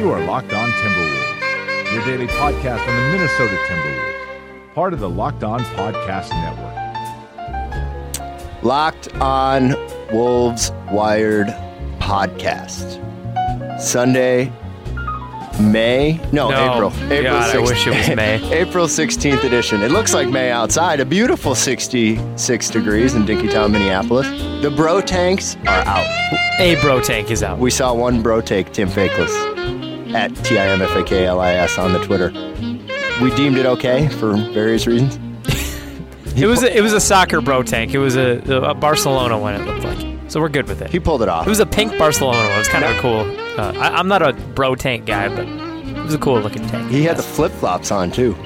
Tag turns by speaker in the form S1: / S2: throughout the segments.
S1: You are Locked On Timberwolves, your daily podcast on the Minnesota Timberwolves, part of the Locked On Podcast Network.
S2: Locked on Wolves Wired podcast. Sunday, May? No,
S3: No.
S2: April. April
S3: God, I wish it was May.
S2: April 16th edition. It looks like May outside. A beautiful 66 degrees in Dinkytown, Minneapolis. The bro tanks are out.
S3: A bro tank is out.
S2: We saw one bro take, Tim Fakeless, at T-I-M-F-A-K-L-I-S on the Twitter. We deemed it okay for various reasons.
S3: It was a, it was a soccer bro tank. It was a, a Barcelona one. It looked like. So we're good with it.
S2: He
S3: It
S2: pulled it off.
S3: was a pink Barcelona one. It was kind of a cool. Uh, I, I'm not a bro tank guy, but it was a cool looking tank.
S2: He had the flip-flops on, too.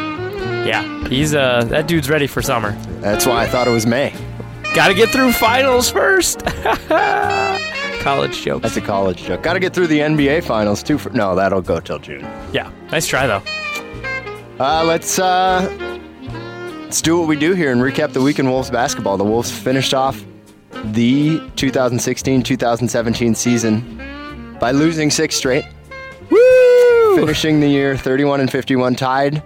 S3: yeah. He's uh that dude's ready for summer.
S2: That's why I thought it was May.
S3: Got to get through finals first. College joke.
S2: That's a college joke. Got to get through the NBA finals too. For, no, that'll go till June.
S3: Yeah. Nice try though.
S2: Uh, let's uh, let's do what we do here and recap the week in Wolves basketball. The Wolves finished off the 2016-2017 season by losing six straight,
S3: Woo!
S2: finishing the year 31 and 51, tied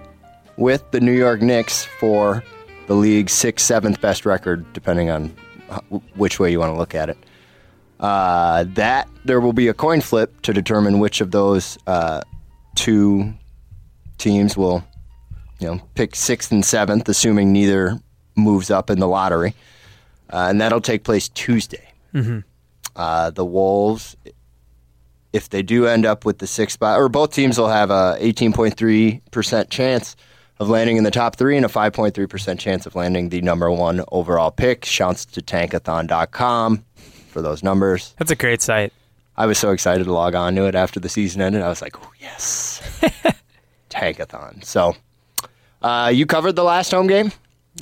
S2: with the New York Knicks for the league's sixth, seventh best record, depending on uh, which way you want to look at it. Uh, that there will be a coin flip to determine which of those uh, two teams will, you know, pick sixth and seventh, assuming neither moves up in the lottery, uh, and that'll take place Tuesday. Uh, the Wolves, if they do end up with the sixth spot, or both teams will have a 18.3 percent chance of landing in the top three and a 5.3 percent chance of landing the number one overall pick. Shouts to Tankathon.com for those numbers.
S3: That's a great site.
S2: I was so excited to log on to it after the season ended. I was like, oh, yes, Tankathon. So, uh, you covered the last home game.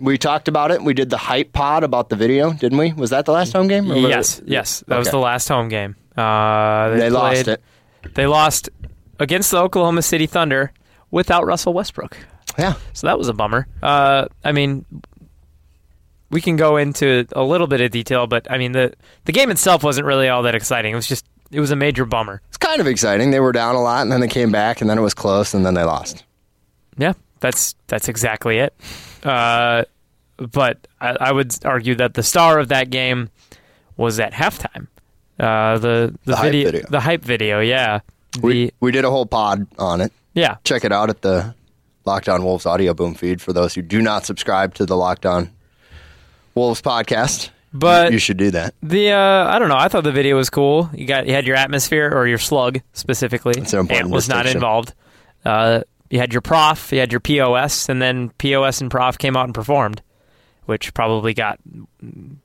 S2: We talked about it. We did the hype pod about the video, didn't we? Was that the last home game? Or was
S3: Yes.
S2: it-
S3: Yes. That was
S2: Okay.
S3: the last home game. Uh,
S2: They lost
S3: played-
S2: it.
S3: They lost against the Oklahoma City Thunder without Russell Westbrook.
S2: Yeah.
S3: So that was a bummer. Uh, I mean, we can go into a little bit of detail, but I mean the the game itself wasn't really all that exciting. It was just it was a major bummer.
S2: It's kind of exciting. They were down a lot, and then they came back, and then it was close, and then they lost.
S3: Yeah, that's that's exactly it. Uh, but I, I would argue that the star of that game was at halftime. Uh, the the,
S2: The hype
S3: video,
S2: video.
S3: the hype video, yeah,
S2: We,
S3: the,
S2: we did a whole pod on it.
S3: yeah,
S2: Check it out at the Lockdown Wolves audio boom feed for those who do not subscribe to the Lockdown Wolves podcast.
S3: but
S2: you should do that.
S3: The uh, I don't know. I thought the video was cool. You got you had your atmosphere or your slug specifically.
S2: an important
S3: Ant was not
S2: distinction.
S3: involved. Uh, you had your prof, you had your POS, and then POS and prof came out and performed, which probably got mm,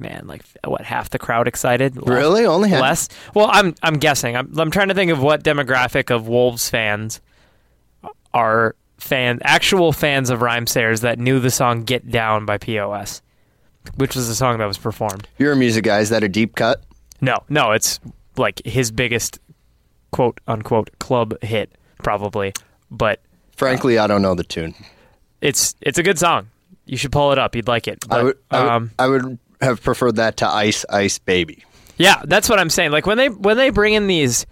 S3: man like what half the crowd excited. Less-
S2: Really? Only half?
S3: less. Well, I'm I'm guessing. I'm I'm trying to think of what demographic of Wolves fans are fan actual fans of Rhyme Sayers that knew the song "Get Down" by POS, which was the song that was performed.
S2: You're a music guy. Is that a deep cut?
S3: No, no, it's like his biggest quote unquote club hit probably, but
S2: Frankly, I don't know the tune.
S3: it's it's a good song. You should pull it up. You'd like it. But,
S2: I would, I would,
S3: um,
S2: I would have preferred that to Ice Ice Baby.
S3: yeah, that's what I'm saying. Like when they when they bring in these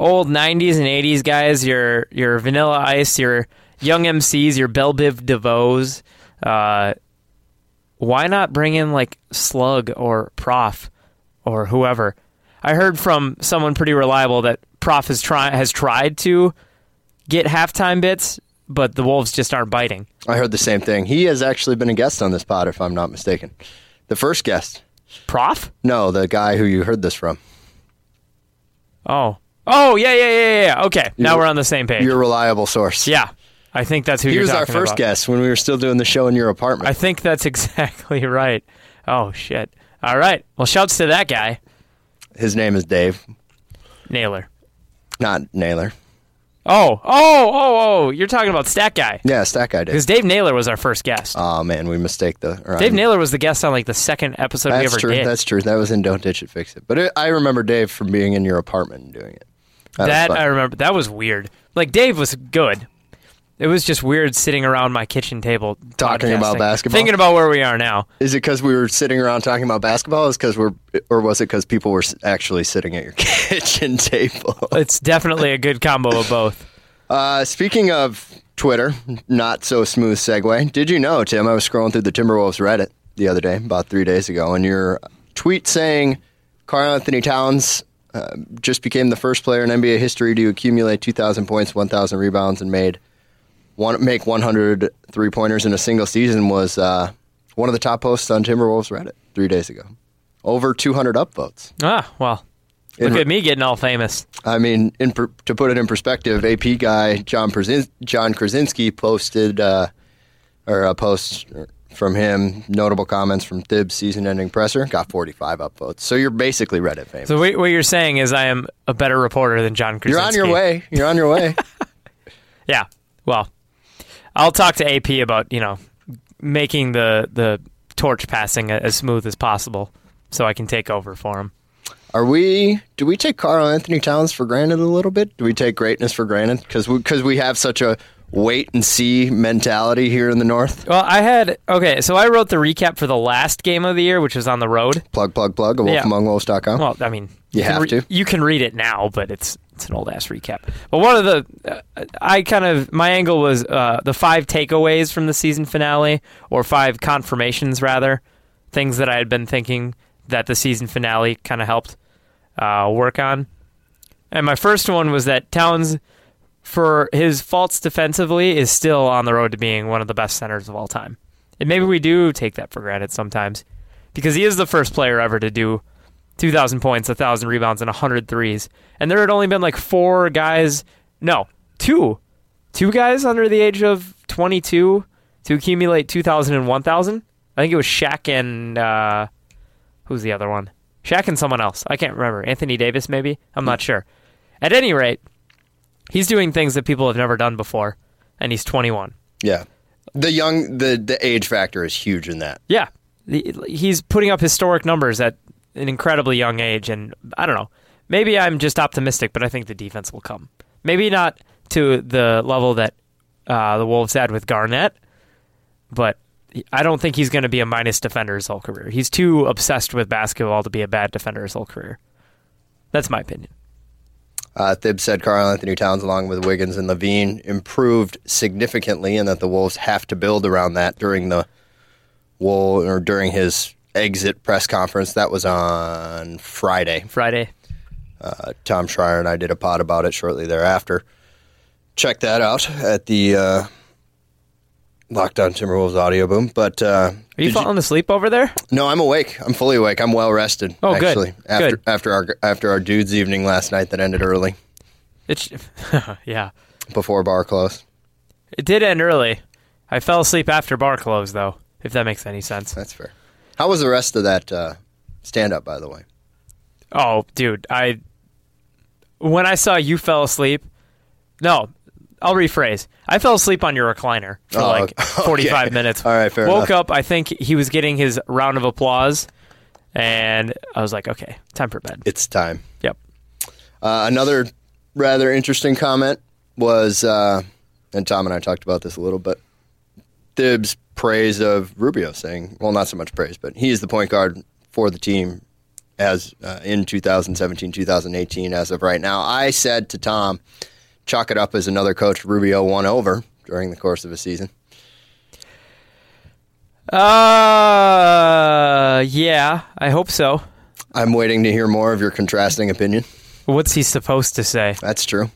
S3: old '90s and '80s guys, your your Vanilla Ice, your Young MCs, your Bell Biv DeVoes, uh, why not bring in like Slug or Prof or whoever? I heard from someone pretty reliable that Prof has try has tried to get halftime bits, but the Wolves just aren't biting.
S2: I heard the same thing. He has actually been a guest on this pod, if I'm not mistaken. The first guest.
S3: Prof?
S2: No, the guy who you heard this from.
S3: Oh, oh yeah, yeah, yeah, yeah, yeah. Okay, now
S2: You're-
S3: we're on the same page.
S2: Your reliable source.
S3: Yeah, I think that's who
S2: He
S3: you're
S2: was our
S3: talking
S2: first
S3: about.
S2: guest when we were still doing the show in your apartment.
S3: I think that's exactly right. Oh shit! All right. Well, shouts to that guy,
S2: His name is Dave,
S3: Naylor.
S2: not Naylor.
S3: Oh, oh, oh, oh! You're talking about Stat Guy
S2: Yeah, Stack Guy did.
S3: because Dave Naylor was our first guest.
S2: Oh man, we mistake the or
S3: Dave
S2: I'm-
S3: Naylor was the guest on like the second episode we
S2: That's
S3: ever
S2: true.
S3: did.
S2: That's true. That was in Don't Ditch It, Fix It. But it, I remember Dave from being in your apartment and doing it. That, was
S3: that
S2: fun.
S3: I remember. That was weird. Like Dave was good. It was just weird sitting around my kitchen table
S2: Talking about
S3: podcasting,
S2: basketball?
S3: thinking about where we are now.
S2: Is it because we were sitting around talking about basketball? Is because we're, or was it because people were s- actually sitting at your kitchen table?
S3: It's definitely a good combo of both.
S2: Uh, speaking of Twitter, not so smooth segue. Did you know, Tim? I was scrolling through the Timberwolves Reddit the other day, about three days ago, and your tweet saying Carl Anthony Towns uh, just became the first player in NBA history to accumulate 2,000 points, 1,000 rebounds, and made one make 100 three pointers in a single season was uh, one of the top posts on Timberwolves Reddit three days ago. Over 200 upvotes.
S3: Ah, well, look at me getting all famous.
S2: I mean, in per, to put it in perspective, AP guy John Przin, John Krasinski posted uh, or a post from him, notable comments from Thibs' season-ending presser, got 45 upvotes. So you're basically Reddit famous.
S3: So what what you're saying is I am a better reporter than John
S2: you're
S3: Krasinski.
S2: on your way. You're on your way.
S3: Yeah. Well, I'll talk to AP about you know making the the torch passing a- as smooth as possible, so I can take over for him.
S2: Are we? Do we take Carl Anthony Towns for granted a little bit? Do we take greatness for granted because we because we have such a wait and see mentality here in the North?
S3: Well, I had okay, so I wrote the recap for the last game of the year, which was on the road.
S2: Plug plug plug. A wolf
S3: Yeah.
S2: among wolves.com.
S3: Well, I mean,
S2: You
S3: can
S2: have
S3: re-
S2: to.
S3: You can read it now, but it's it's an old ass recap. But one of the uh, I kind of my angle was uh, the five takeaways from the season finale, or five confirmations rather, things that I had been thinking that the season finale kind of helped uh, work on. And my first one was that Towns, for his faults defensively, is still on the road to being one of the best centers of all time. And maybe we do take that for granted sometimes, because he is the first player ever to do 2,000 points, 1,000 rebounds, and 100 threes. And there had only been like four guys, no, two, two guys under the age of 22 to accumulate 2,000 and 1,000. I think it was Shaq and uh, who's the other one? Shaq and someone else. I can't remember. Anthony Davis, maybe? I'm not sure. At any rate, he's doing things that people have never done before, and he's 21.
S2: Yeah. The young the the age factor is huge in that.
S3: Yeah, The- he's putting up historic numbers at an incredibly young age, and I don't know. Maybe I'm just optimistic, but I think the defense will come. Maybe not to the level that uh, the Wolves had with Garnett, but I don't think he's going to be a minus defender his whole career. He's too obsessed with basketball to be a bad defender his whole career. That's my opinion.
S2: Uh, Thib said Carl Anthony Towns, along with Wiggins and Levine, improved significantly, and that the Wolves have to build around that during the Wool or during his exit press conference. That was on Friday.
S3: Friday.
S2: Uh, Tom Schreier and I did a pod about it shortly thereafter. Check that out at the uh, Lockdown Timberwolves audio boom. But uh,
S3: Are you
S2: did
S3: falling asleep over there?
S2: no, I'm awake. I'm fully awake. I'm well rested.
S3: Oh, good.
S2: actually, After
S3: Good.
S2: after our after our dudes evening last night that ended early
S3: It's yeah.
S2: before bar close.
S3: It did end early. I fell asleep after bar close though, if that makes any sense.
S2: That's fair. How was the rest of that uh, stand up, by the way?
S3: Oh, dude, I when I saw you fell asleep. No, I'll rephrase. I fell asleep on your recliner for
S2: Oh,
S3: like
S2: okay.
S3: 45 minutes.
S2: All right, fair
S3: Woke
S2: enough.
S3: up, I think he was getting his round of applause and I was like, "Okay, time for bed."
S2: It's time.
S3: Yep.
S2: Uh, another rather interesting comment was, uh, and Tom and I talked about this a little, but Thibs' praise of Rubio, saying, well, not so much praise, but he is the point guard for the team as uh, in 2017, 2018, as of right now. I said to Tom, chalk it up as another coach Rubio won over during the course of a season.
S3: Uh yeah, I hope so.
S2: I'm waiting to hear more of your contrasting opinion.
S3: What's he supposed to say?
S2: That's true.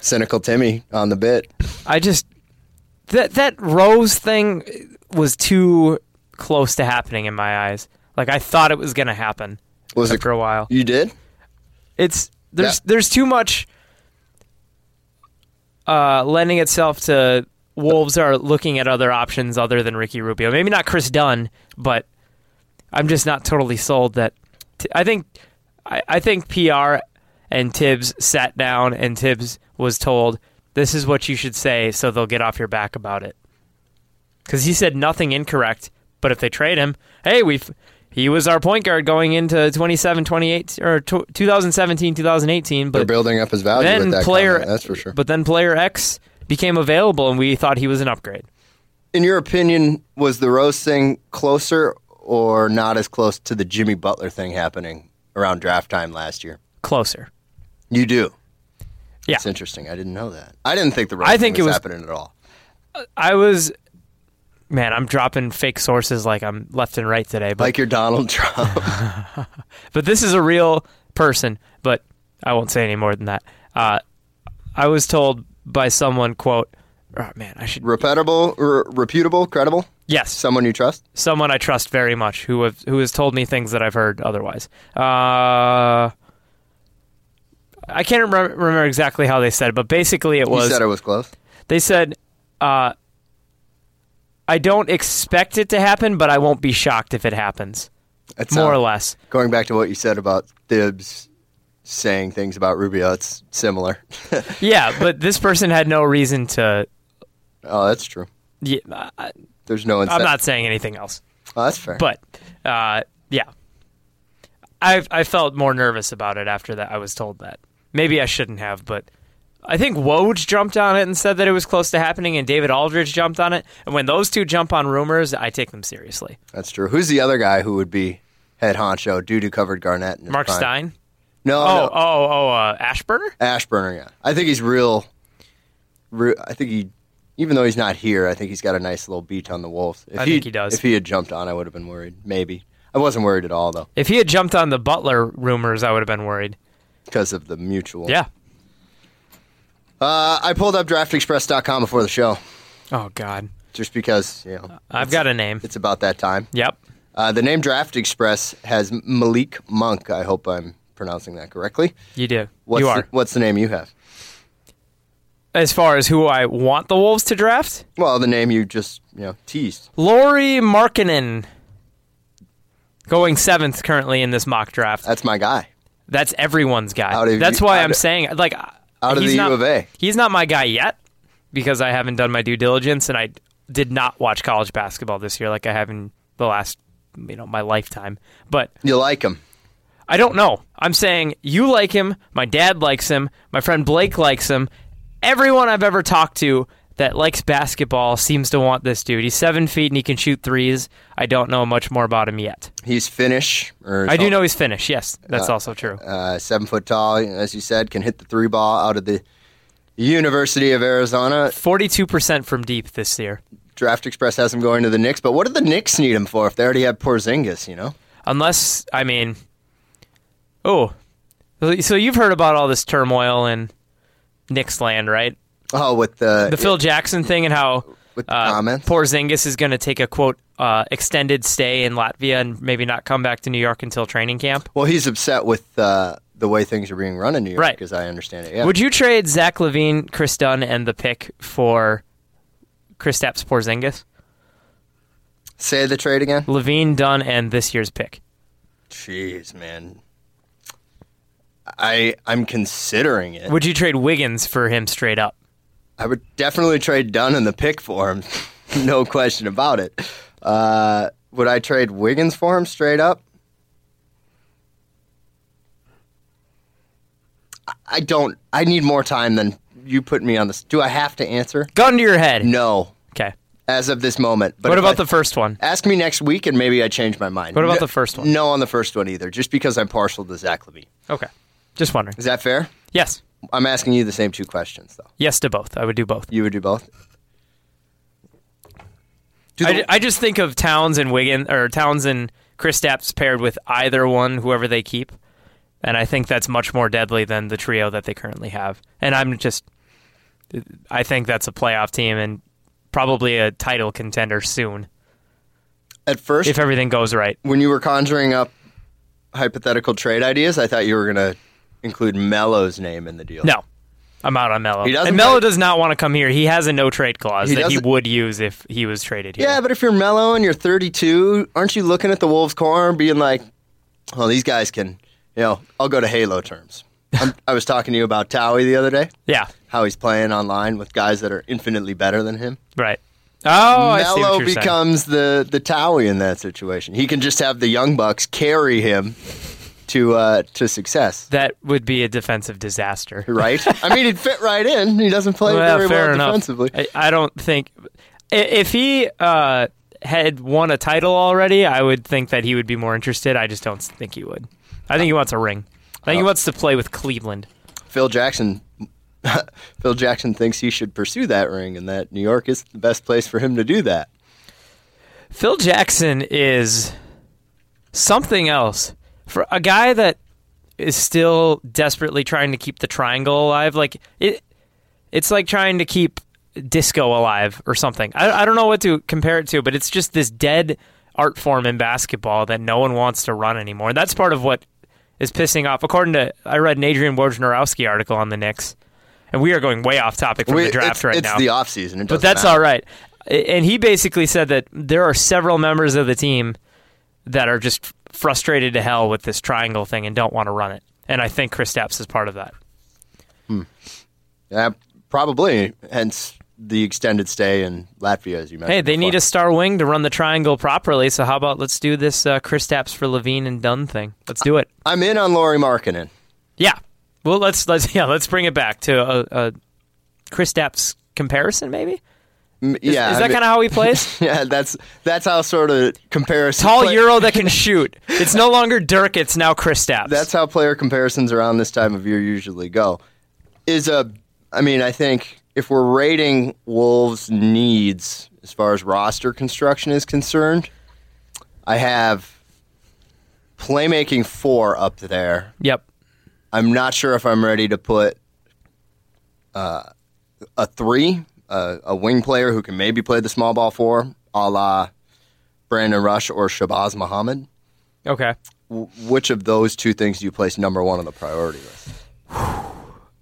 S2: Cynical Timmy on the bit.
S3: I just that that Rose thing was too close to happening in my eyes. Like I thought it was going to happen
S2: Was it
S3: after a while.
S2: You did?
S3: It's there's
S2: Yeah.
S3: there's too much uh, lending itself to Wolves are looking at other options other than Ricky Rubio. Maybe not Chris Dunn, but I'm just not totally sold that. T- I think I, I think PR and Tibbs sat down and Tibbs was told This is what you should say so they'll get off your back about it. Because he said nothing incorrect, but if they trade him, hey, we've. He was our point guard going into 27, 28, or tw 2017, 2018. But
S2: They're building up his value with
S3: then
S2: that
S3: player
S2: comment, that's for sure.
S3: But then player X became available, and we thought he was an upgrade.
S2: in your opinion, was the Rose thing closer or not as close to the Jimmy Butler thing happening around draft time last year?
S3: Closer.
S2: You do.
S3: Yeah.
S2: It's interesting. I didn't know that. I didn't think the Rose
S3: I
S2: thing
S3: think it
S2: was
S3: was-
S2: happening at all.
S3: I was, man, I'm dropping fake sources like I'm left and right today. But
S2: Like your Donald Trump.
S3: but this is a real person. But I won't say any more than that. Uh, I was told by someone, quote, oh, man, I should
S2: Reputable, r- reputable, credible,
S3: yes,
S2: someone you trust.
S3: someone I trust very much who have, who has told me things that I've heard otherwise. Uh, I can't remem- remember exactly how they said it, but basically it was
S2: you said it was close.
S3: they said, uh, "I don't expect it to happen, but I won't be shocked if it happens."
S2: It's
S3: More or less,
S2: Going back to what you said about Thibs saying things about Rubio, it's similar.
S3: yeah. But this person had no reason to.
S2: oh, that's true.
S3: Yeah, I,
S2: There's no
S3: I'm
S2: incentive.
S3: not saying anything else,
S2: Oh, that's fair.
S3: but uh, yeah, I I felt more nervous about it after that. I was told that maybe I shouldn't have, but. I think Woj jumped on it and said that it was close to happening, and David Aldridge jumped on it. And when those two jump on rumors, I take them seriously.
S2: That's true. Who's the other guy who would be head honcho? Dude who covered Garnett. in his
S3: Mark
S2: prime?
S3: Stein?
S2: No,
S3: Oh,
S2: no.
S3: oh, oh, uh, Ashburner?
S2: Ashburner. Yeah, I think he's real, re I think he, even though he's not here, I think he's got a nice little beat on the Wolves. If
S3: I think he does.
S2: If he had jumped on, I would have been worried. Maybe I wasn't worried at all though
S3: If he had jumped on the Butler rumors, I would have been worried.
S2: because of the mutual.
S3: Yeah.
S2: Uh, I pulled up DraftExpress.com before the show
S3: Oh God,
S2: just because you know
S3: I've got a name.
S2: it's about that time.
S3: Yep.
S2: Uh, the name Draft Express has Malik Monk. I hope I'm pronouncing that correctly.
S3: You do.
S2: What's
S3: you are.
S2: The, what's the name you have?
S3: as far as who I want the Wolves to draft,
S2: Well, the name you just you know teased.
S3: Laurie Markkinen, going seventh currently in this mock draft.
S2: That's my guy.
S3: That's everyone's
S2: Out
S3: guy.
S2: of
S3: That's
S2: you-
S3: why
S2: out
S3: I'm
S2: of-
S3: saying like
S2: out of
S3: he's
S2: the U
S3: not,
S2: of A.
S3: He's not my guy yet because I haven't done my due diligence and I did not watch college basketball this year like I have in the last you know my lifetime. But
S2: You like him.
S3: I don't know. I'm saying you like him. My dad likes him. My friend Blake likes him. Everyone I've ever talked to that likes basketball seems to want this dude. He's seven feet and he can shoot threes. I don't know much more about him yet.
S2: He's Finnish. Or
S3: I do know he's Finnish. Yes, that's also true.
S2: uh, seven foot tall, as you said, can hit the three ball out of the University of Arizona.
S3: 42% from deep this year.
S2: Draft Express has him going to the Knicks, but what do the Knicks need him for if they already have Porzingis? You know,
S3: Unless, I mean, oh, so you've heard about all this turmoil in Knicks land, right?
S2: oh, with the,
S3: the Phil Jackson thing and how
S2: With the
S3: uh,
S2: comments.
S3: Porzingis is going to take a quote uh, extended stay in Latvia and maybe not come back to New York until training camp.
S2: well, he's upset with uh, the way things are being run in New York,
S3: Right.
S2: As I understand it, yeah.
S3: Would you trade Zach Levine, Chris Dunn, and the pick for Kristaps Porzingis?
S2: Say the trade again.
S3: Levine, Dunn, and this year's pick.
S2: Jeez, man, I I'm considering it.
S3: Would you trade Wiggins for him straight up?
S2: I would definitely trade Dunn and the pick for him, no question about it. Uh, would I trade Wiggins for him straight up? I- I don't. I need more time than you put me on this. Do I have to answer?
S3: Gun to your head.
S2: No,
S3: Okay.
S2: as of this moment. But
S3: what
S2: if
S3: about
S2: I-
S3: the first one?
S2: Ask me next week, and maybe I change my mind.
S3: What about
S2: No-
S3: the first one?
S2: No, on the first one either, just because I'm partial to Zach Levine.
S3: Okay. Just wondering.
S2: Is that fair?
S3: Yes.
S2: I'm asking you the same two questions, though.
S3: Yes to both. I would do both.
S2: You would do both. Do
S3: I,
S2: the-
S3: ju- I just think of Towns and Wiggin or Towns and Kristaps paired with either one, whoever they keep, and I think that's much more deadly than the trio that they currently have. And I'm just, I think that's a playoff team and probably a title contender soon
S2: At first,
S3: if everything goes right.
S2: when you were conjuring up hypothetical trade ideas, I thought you were going to include Mello's name in the deal.
S3: No, I'm out on Mello.
S2: He doesn't
S3: And Mello
S2: play-
S3: does not want to come here. He has a no trade clause
S2: He
S3: that he
S2: doesn't-
S3: would use if he was traded here.
S2: Yeah, but if you're Mello and you're 32, aren't you looking at the Wolves' corner being like, well, these guys can, you know, I'll go to Halo terms. I'm, I was talking to you about Towie the other day,
S3: Yeah.
S2: how he's playing online with guys that are infinitely better than him.
S3: Right. Oh, I see what
S2: Mello
S3: you're saying.
S2: becomes the the Towie in that situation. He can just have the young bucks carry him to uh, to success,
S3: that would be a defensive disaster.
S2: right? I mean, he'd fit right in. He doesn't play
S3: Well,
S2: very
S3: fair
S2: well
S3: enough.
S2: defensively.
S3: I, I don't think i- if he uh, had won a title already, I would think that he would be more interested. I just don't think he would. I think he wants a ring. I
S2: Oh.
S3: think he wants to play with Cleveland.
S2: Phil Jackson. Phil Jackson thinks he should pursue that ring, and that New York is the best place for him to do that.
S3: Phil Jackson is something else for a guy that is still desperately trying to keep the triangle alive. Like it, it's like trying to keep disco alive or something. I, I don't know what to compare it to, but it's just this dead art form in basketball that no one wants to run anymore. That's part of what is pissing off. According to I read an Adrian Wojnarowski article on the Knicks, and we are going way off topic from
S2: We-
S3: the draft
S2: it's,
S3: right
S2: it's
S3: now
S2: the off season, it
S3: but
S2: doesn't
S3: that's
S2: matter.
S3: all right. A- And he basically said that there are several members of the team that are just frustrated to hell with this triangle thing and don't want to run it. And I think Chris Stapps is part of that.
S2: Yeah, probably. Hence the extended stay in Latvia, as you mentioned.
S3: Hey, they need
S2: before.
S3: a star wing to run the triangle properly. So how about let's do this uh, Chris Stapps for Levine and Dunn thing? Let's do it.
S2: I'm in on Laurie Markkinen.
S3: Yeah. Well, let's let's yeah let's bring it back to a, a Chris Stapps comparison. Maybe
S2: M-
S3: is,
S2: yeah,
S3: is
S2: I
S3: that
S2: mean-
S3: kind of how he plays?
S2: Yeah, that's that's how sort of comparison.
S3: Tall
S2: play-
S3: Euro that can shoot. It's no longer Dirk. It's now Chris Stapps.
S2: That's how player comparisons around this time of year usually go. Is a, I mean, I think if we're rating Wolves' needs as far as roster construction is concerned, I have playmaking four up there.
S3: yep.
S2: I'm not sure if I'm ready to put uh, a three, uh, a wing player who can maybe play the small ball four, a la Brandon Rush or Shabazz Muhammad.
S3: Okay.
S2: W- which of those two things do you place number one on the priority list?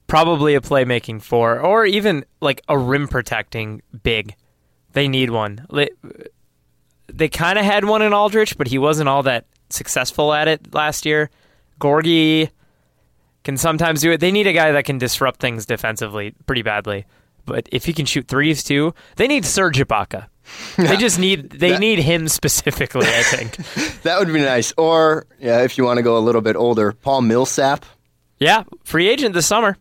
S3: probably a playmaking four or even like a rim protecting big. They need one. They, they kind of had one in Aldrich, but he wasn't all that successful at it last year. Gorgie can sometimes do it. They need a guy that can disrupt things defensively pretty badly. But if he can shoot threes too, they need Serge Ibaka. They just need they need him specifically. I think.
S2: That would be nice. Or yeah, if you want to go a little bit older, Paul Millsap.
S3: yeah, free agent this summer.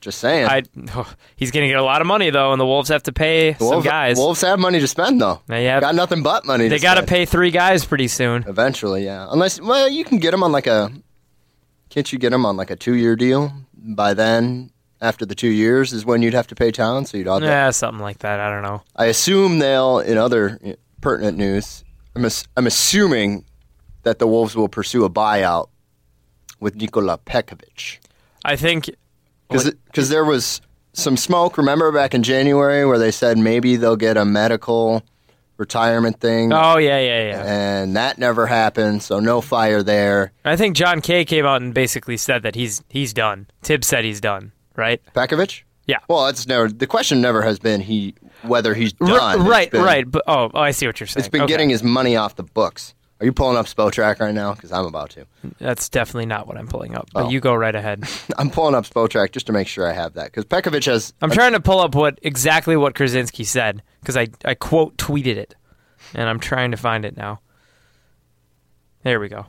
S2: Just saying.
S3: I oh, he's going to get a lot of money though, and the Wolves have to pay
S2: The
S3: some
S2: Wolves,
S3: guys.
S2: Wolves have money to spend though.
S3: They have-
S2: got nothing but money.
S3: They
S2: to
S3: got to
S2: spend.
S3: pay three guys pretty soon.
S2: Eventually, yeah. Unless, well, you can get them on like a. Can't you get them on like a two-year deal? By then, after the two years is when you'd have to pay town, so you'd. all
S3: Yeah, something like that. I don't know.
S2: I assume they'll, in other you know, pertinent news, I'm, ass- I'm assuming that the Wolves will pursue a buyout with Nikola Pekovic.
S3: I think
S2: Because there was some smoke, remember back in January, where they said maybe they'll get a medical retirement thing.
S3: Oh yeah, yeah, yeah.
S2: And that never happened, so no fire there.
S3: I think John Kay came out and basically said that he's he's done. Tibbs said he's done. Right.
S2: Pakovic?
S3: Yeah.
S2: Well, that's never the question. Never has been he whether he's done.
S3: R-
S2: It's
S3: right.
S2: been-
S3: right. But oh, oh, I see what you're saying.
S2: It's been
S3: Okay.
S2: getting his money off the books. Are you pulling up Spotrack right now? Because I'm about to.
S3: That's definitely not what I'm pulling up.
S2: Oh.
S3: But you go right ahead.
S2: I'm pulling up Spotrack just to make sure I have that. Because Pekovic has.
S3: I'm trying to pull up what exactly what Krasinski said because I I quote tweeted it, and I'm trying to find it now. There we go.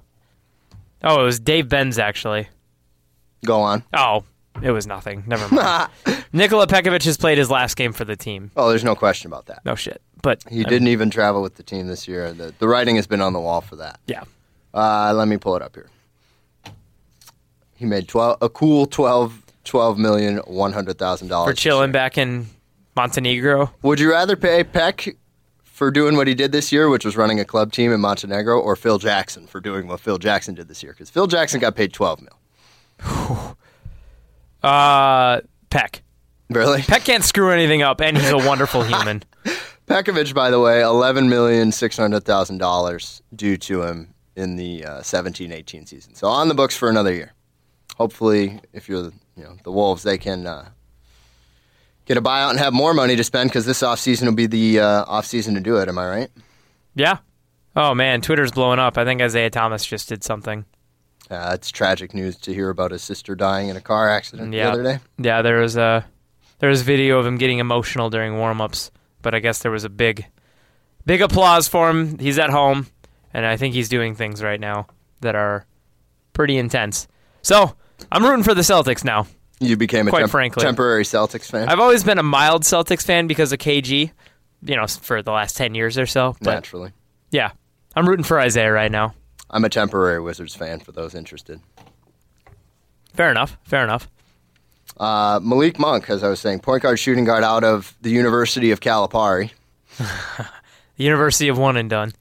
S3: Oh, it was Dave Benz actually.
S2: Go on.
S3: Oh, it was nothing. Never mind. Nikola Pekovic has played his last game for the team.
S2: Oh, there's no question about that.
S3: No shit. But
S2: He didn't even travel with the team this year. The, the writing has been on the wall for that.
S3: Yeah.
S2: Uh, let me pull it up here. He made 12, a cool 12, 12 million, $100,000.
S3: For chilling back in Montenegro.
S2: Would you rather pay Peck for doing what he did this year, which was running a club team in Montenegro, or Phil Jackson for doing what Phil Jackson did this year? Because Phil Jackson got paid twelve mil.
S3: Uh Peck.
S2: Really?
S3: Peck can't screw anything up and he's a wonderful human.
S2: Pekovic, by the way, eleven million six hundred thousand dollars due to him in the uh, 17-18 season. So on the books for another year. Hopefully, if you're you know the Wolves, they can. Uh, Get a buyout and have more money to spend because this offseason will be the uh, offseason to do it. Am I right?
S3: Yeah. Oh man, Twitter's blowing up. I think Isaiah Thomas just did something.
S2: Uh, it's tragic news to hear about his sister dying in a car accident
S3: Yeah.
S2: the other day.
S3: Yeah, there was a there was video of him getting emotional during warm-ups, but I guess there was a big big applause for him. He's at home and I think he's doing things right now that are pretty intense. So, I'm rooting for the Celtics now.
S2: You became a
S3: Quite
S2: temp-
S3: frankly.
S2: temporary Celtics fan.
S3: I've always been a mild Celtics fan because of KG, you know, for the last 10 years or so, but
S2: naturally,
S3: yeah. I'm rooting for Isaiah right now.
S2: I'm a temporary Wizards fan for those interested.
S3: Fair enough. Fair enough.
S2: Uh, Malik Monk, as I was saying, point guard, shooting guard out of the University of Calipari,
S3: The University of One and Done.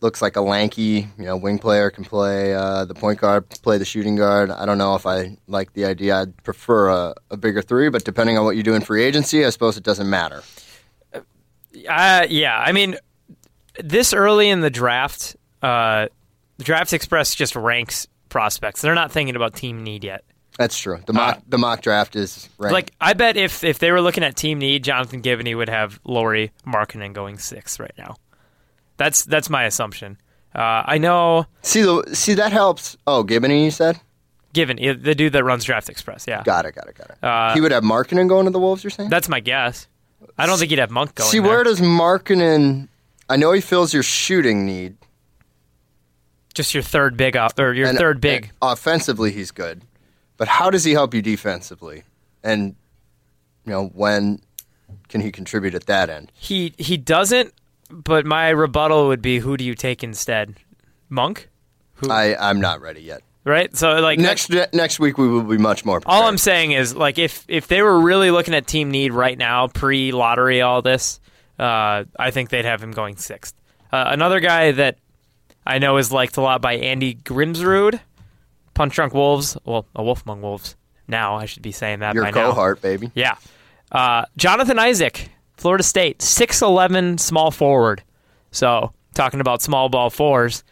S2: looks like a lanky, you know, wing player can play uh, the point guard, play the shooting guard. I don't know if I like the idea. I'd prefer a, a bigger three, but depending on what you do in free agency, I suppose it doesn't matter.
S3: Uh, yeah, I mean, this early in the draft, uh, the Draft Express just ranks prospects. They're not thinking about team need yet.
S2: That's true. The mock the mock draft is ranked.
S3: Uh, Like, I bet if if they were looking at team need, Jonathan Givney would have Laurie Markkinen going sixth right now. That's that's my assumption. Uh, I know
S2: see the see that helps. Oh, Gibney, you said.
S3: Givney, eh, the dude that runs Draft Express. Yeah,
S2: Got it. Got it. Got it.
S3: Uh,
S2: he would have Markkinen going to the Wolves. You're saying?
S3: that's my guess. I don't think he'd have Monk going.
S2: See,
S3: there.
S2: where does Markkinen? I know he fills your shooting need.
S3: just your third big off or your
S2: and- uh,
S3: third big.
S2: and offensively, he's good, but how does he help you defensively? And you know when can he contribute at that end?
S3: He he doesn't. But my rebuttal would be, who do you take instead, Monk?
S2: I I'm not ready yet.
S3: right? So like
S2: Next next week we will be much more. Prepared.
S3: all I'm saying is like if if they were really looking at team need right now, pre lottery, all this, uh, I think they'd have him going sixth. Uh, another guy that I know is liked a lot by Andy Grimsrud, Punch Drunk Wolves. Well, a wolf among wolves. Now I should be saying that
S2: your
S3: by now.
S2: cohort, baby.
S3: Yeah. Uh, Jonathan Isaac, Florida State, 6'11 small forward. So, talking about small ball fours,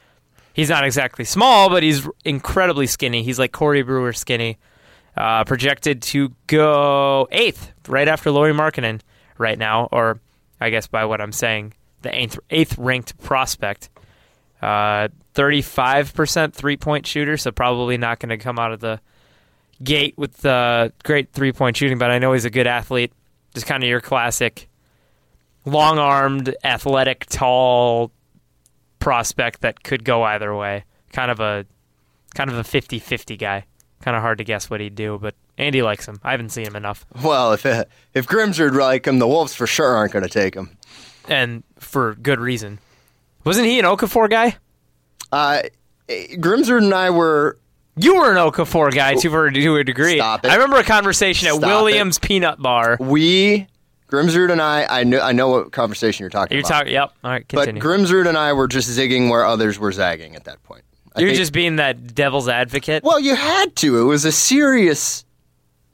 S3: he's not exactly small, but he's incredibly skinny. He's like Corey Brewer skinny. Uh, projected to go eighth, right after Laurie Markkinen right now, or I guess by what I'm saying, the eighth, eighth ranked prospect. Uh, 35% three point shooter, so probably not going to come out of the gate with uh, great three point shooting, but I know he's a good athlete. Just kind of your classic long armed, athletic, tall prospect that could go either way. Kind of a kind of a 50-50 guy. Kind of hard to guess what he'd do, but Andy likes him. I haven't seen him enough.
S2: Well, if if Grimsrud like him, the Wolves for sure aren't going to take him.
S3: And for good reason. Wasn't he an Okafor guy?
S2: Uh, Grimsrud and I were
S3: You were an Okafor guy to, for, to a degree.
S2: Stop it.
S3: I remember a conversation at
S2: Stop it.
S3: Williams Peanut Bar.
S2: we Grimsrud and I. I know I know what conversation you're talking
S3: You're
S2: about.
S3: talking. Yep. All right.
S2: but
S3: Continue.
S2: Grimsrud and I were just zigging where others were zagging at that point. I
S3: You're
S2: think-
S3: just being that devil's advocate.
S2: Well, you had to. It was a serious.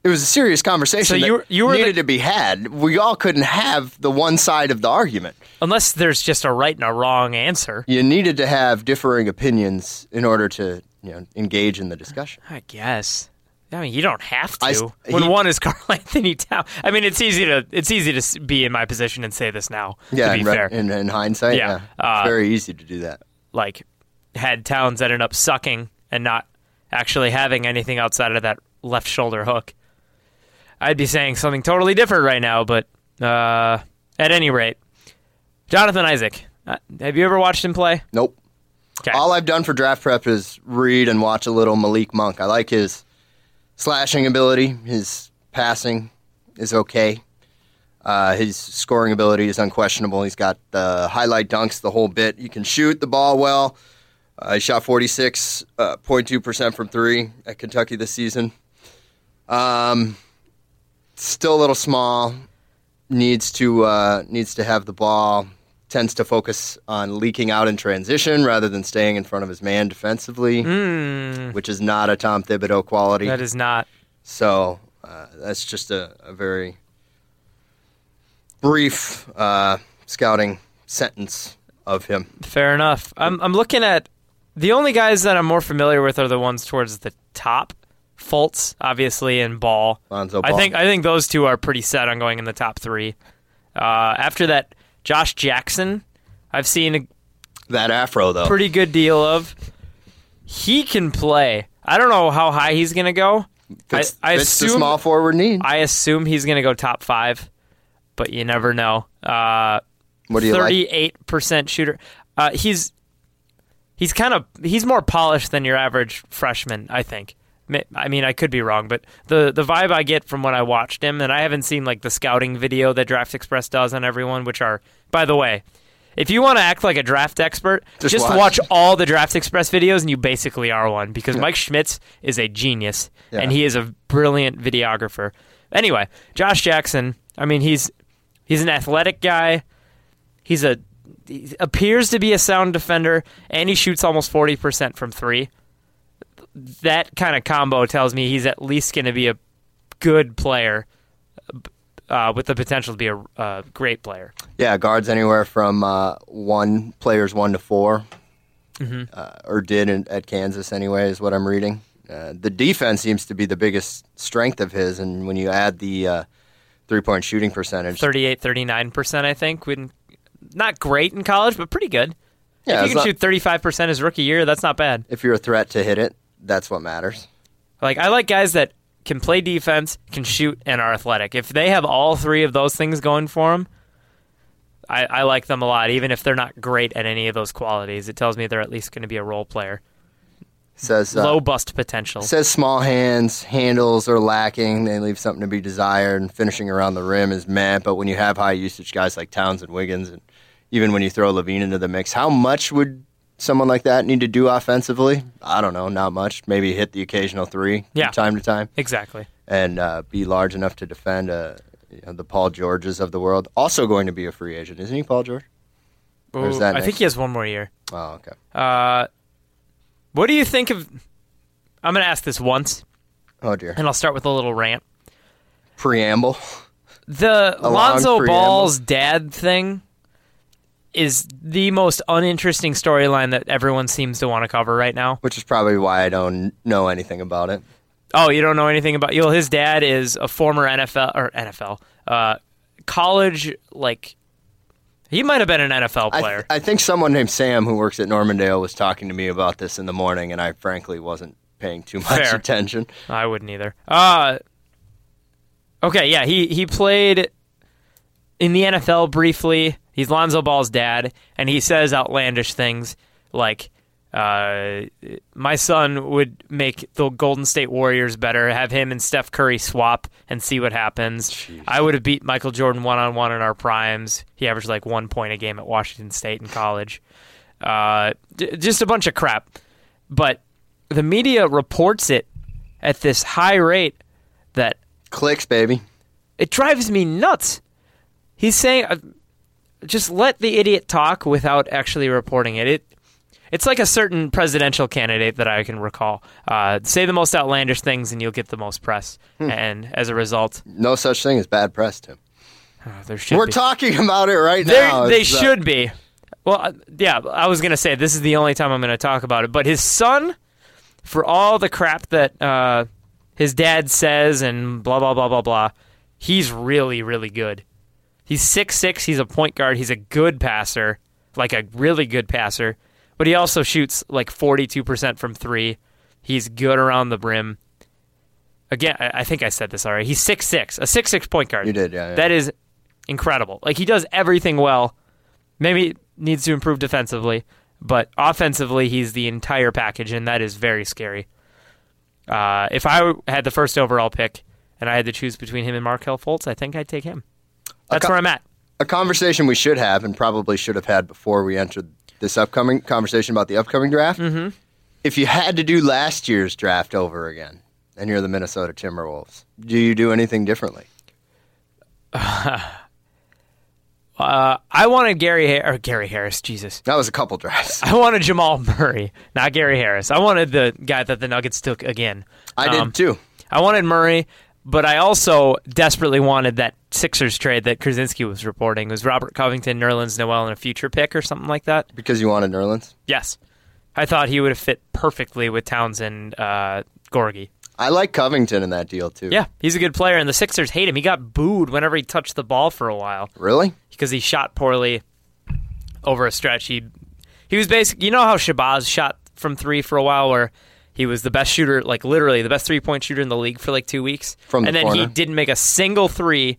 S2: It was a serious conversation.
S3: So you-
S2: that
S3: you were the-
S2: needed to be had. We all couldn't have the one side of the argument.
S3: Unless there's just a right and a wrong answer.
S2: You needed to have differing opinions in order to you know engage in the discussion.
S3: I guess. I mean, you don't have to.
S2: I s-
S3: when
S2: he-
S3: one is Carl Anthony Town. I mean, it's easy to it's easy to s- be in my position and say this now.
S2: Yeah,
S3: to be
S2: in, re-
S3: fair,
S2: in, in hindsight,
S3: Yeah,
S2: yeah,
S3: uh,
S2: it's very easy to do that.
S3: like had Towns ended up sucking and not actually having anything outside of that left shoulder hook, I'd be saying something totally different right now. But uh, at any rate, Jonathan Isaac, uh, have you ever watched him play?
S2: Nope.
S3: 'Kay.
S2: All I've done for draft prep is read and watch a little Malik Monk. I like his slashing ability. His passing is okay. Uh, his scoring ability is unquestionable. He's got the highlight dunks, the whole bit. He can shoot the ball well. Uh, he shot uh, 46.2% from three at Kentucky this season. Um, still a little small. Needs to uh, needs to have the ball. Tends to focus on leaking out in transition rather than staying in front of his man defensively, which is not a Tom Thibodeau quality.
S3: Hmm. That is not.
S2: So uh, that's just a, a very brief uh, scouting sentence of him.
S3: Fair enough. I'm I'm looking at the only guys that I'm more familiar with are the ones towards the top. Fultz, obviously, and Ball.
S2: Lonzo
S3: I
S2: Ball.
S3: think I think those two are pretty set on going in the top three. Uh, after that, Josh Jackson, I've seen a
S2: That afro, though.
S3: pretty good deal of. He can play. I don't know how high he's gonna go. I,
S2: Fits,
S3: I
S2: fits
S3: assume
S2: the small forward need.
S3: I assume he's gonna go top five, but you never know. Uh,
S2: what do you like?
S3: Thirty-eight percent shooter. Uh, he's he's kind of he's more polished than your average freshman, I think. Ma- I mean, I could be wrong, but the the vibe I get from when I watched him, and I haven't seen like the scouting video that Draft Express does on everyone, which are, by the way, if you want to act like a draft expert,
S2: Just
S3: just,
S2: watch.
S3: watch. all the Draft Express videos, and you basically are one because Mike Schmitz is a genius, and he is a brilliant videographer. Anyway, Josh Jackson, I mean, he's he's an athletic guy he's a he appears to be a sound defender and he shoots almost 40% from 3. That kind of combo tells me he's at least going to be a good player uh, with the potential to be a uh, great player.
S2: Yeah, guards anywhere from uh, one players one to 4
S3: Mm-hmm.
S2: uh, or did in, at Kansas anyway is what I'm reading. Uh, the defense seems to be the biggest strength of his, and when you add the uh, three point shooting percentage,
S3: 38 39% I think. When, not great in college, but pretty good.
S2: Yeah,
S3: if
S2: it's
S3: you
S2: not-
S3: can shoot 35% his rookie year, that's not bad.
S2: if you're a threat to hit it, that's what matters.
S3: Like I like guys that can play defense, can shoot, and are athletic. If they have all three of those things going for them, I, I like them a lot. Even if they're not great at any of those qualities, it tells me they're at least going to be a role player.
S2: Says uh,
S3: Low bust potential.
S2: says small hands, handles are lacking. They leave something to be desired, and finishing around the rim is meh. But when you have high usage guys like Towns and Wiggins, and even when you throw Levine into the mix, how much would someone like that need to do offensively? I don't know, not much. Maybe hit the occasional three
S3: Yeah.
S2: from time to time,
S3: exactly.
S2: and uh, be large enough to defend uh, you know, the Paul Georges of the world. Also going to be a free agent, isn't he, Paul George? Where's
S3: Ooh,
S2: that
S3: I
S2: next?
S3: think he has one more year.
S2: Oh, okay.
S3: Uh, what do you think of? I'm going to ask this once,
S2: Oh dear.
S3: and I'll start with a little rant.
S2: Preamble.
S3: The
S2: long
S3: Lonzo
S2: preamble.
S3: Ball's dad thing is the most uninteresting storyline that everyone seems to want to cover right now.
S2: Which is probably why I don't know anything about it.
S3: Oh, you don't know anything about you? Know, his dad is a former NFL or NFL uh, college like he might have been an NFL
S2: I,
S3: player.
S2: I think someone named Sam who works at Normandale was talking to me about this in the morning, and I frankly wasn't paying too much
S3: Fair.
S2: attention.
S3: I wouldn't either. Uh Okay, yeah, he he played in the NFL briefly. He's Lonzo Ball's dad, and he says outlandish things like uh, my son would make the Golden State Warriors better. Have him and Steph Curry swap and see what happens. I would have beat Michael Jordan one on one in our primes. He averaged like one point a game at Washington State in college. Uh, d- just a bunch of crap. But the media reports it at this high rate that
S2: Clicks, baby.
S3: it drives me nuts. He's saying, uh, just let the idiot talk without actually reporting it. It, it's like a certain presidential candidate that I can recall. Uh, say the most outlandish things, and you'll get the most press. And as a result,
S2: No such thing as bad press, Tim.
S3: uh, there should
S2: We're
S3: be.
S2: talking about it right
S3: They're-
S2: now.
S3: They
S2: It's, uh,
S3: should be. Well, uh, yeah, I was gonna say this is the only time I'm gonna talk about it. But his son, for all the crap that uh, his dad says and blah blah blah blah blah, he's really really good. He's six six. He's a point guard. He's a good passer, like a really good passer. But he also shoots like forty two percent from three. He's good around the rim. Again, I I think I said this already. He's six six, a six six point guard.
S2: You did, yeah, yeah.
S3: That is incredible. Like he does everything well. Maybe needs to improve defensively, but offensively he's the entire package, and that is very scary. Uh, if I had the first overall pick and I had to choose between him and Markel Fultz, I think I'd take him. That's
S2: co-
S3: where I'm at.
S2: a conversation we should have and probably should have had before we entered this upcoming conversation about the upcoming draft. Mm-hmm. If you had to do last year's draft over again, and you're the Minnesota Timberwolves, do you do anything differently?
S3: I wanted Gary Har- or Gary Harris. Jesus,
S2: That was a couple drafts.
S3: I wanted Jamal Murray, not Gary Harris. I wanted the guy that the Nuggets took again.
S2: I
S3: Um,
S2: did too.
S3: I wanted Murray, but I also desperately wanted that Sixers trade that Krasinski was reporting. It was Robert Covington, Nerlens Noel, and a future pick or something like that.
S2: Because you wanted Nerlens?
S3: Yes. I thought he would have fit perfectly with Townsend, uh, Gorgie.
S2: I like Covington in that deal too.
S3: Yeah, he's a good player, and the Sixers hate him. He got booed whenever he touched the ball for a while
S2: Really?
S3: because he shot poorly over a stretch. He he was basically you know how Shabazz shot from three for a while where he was the best shooter, like literally the best three point shooter in the league for like two weeks.
S2: From the
S3: and then he
S2: corner.
S3: didn't make a single three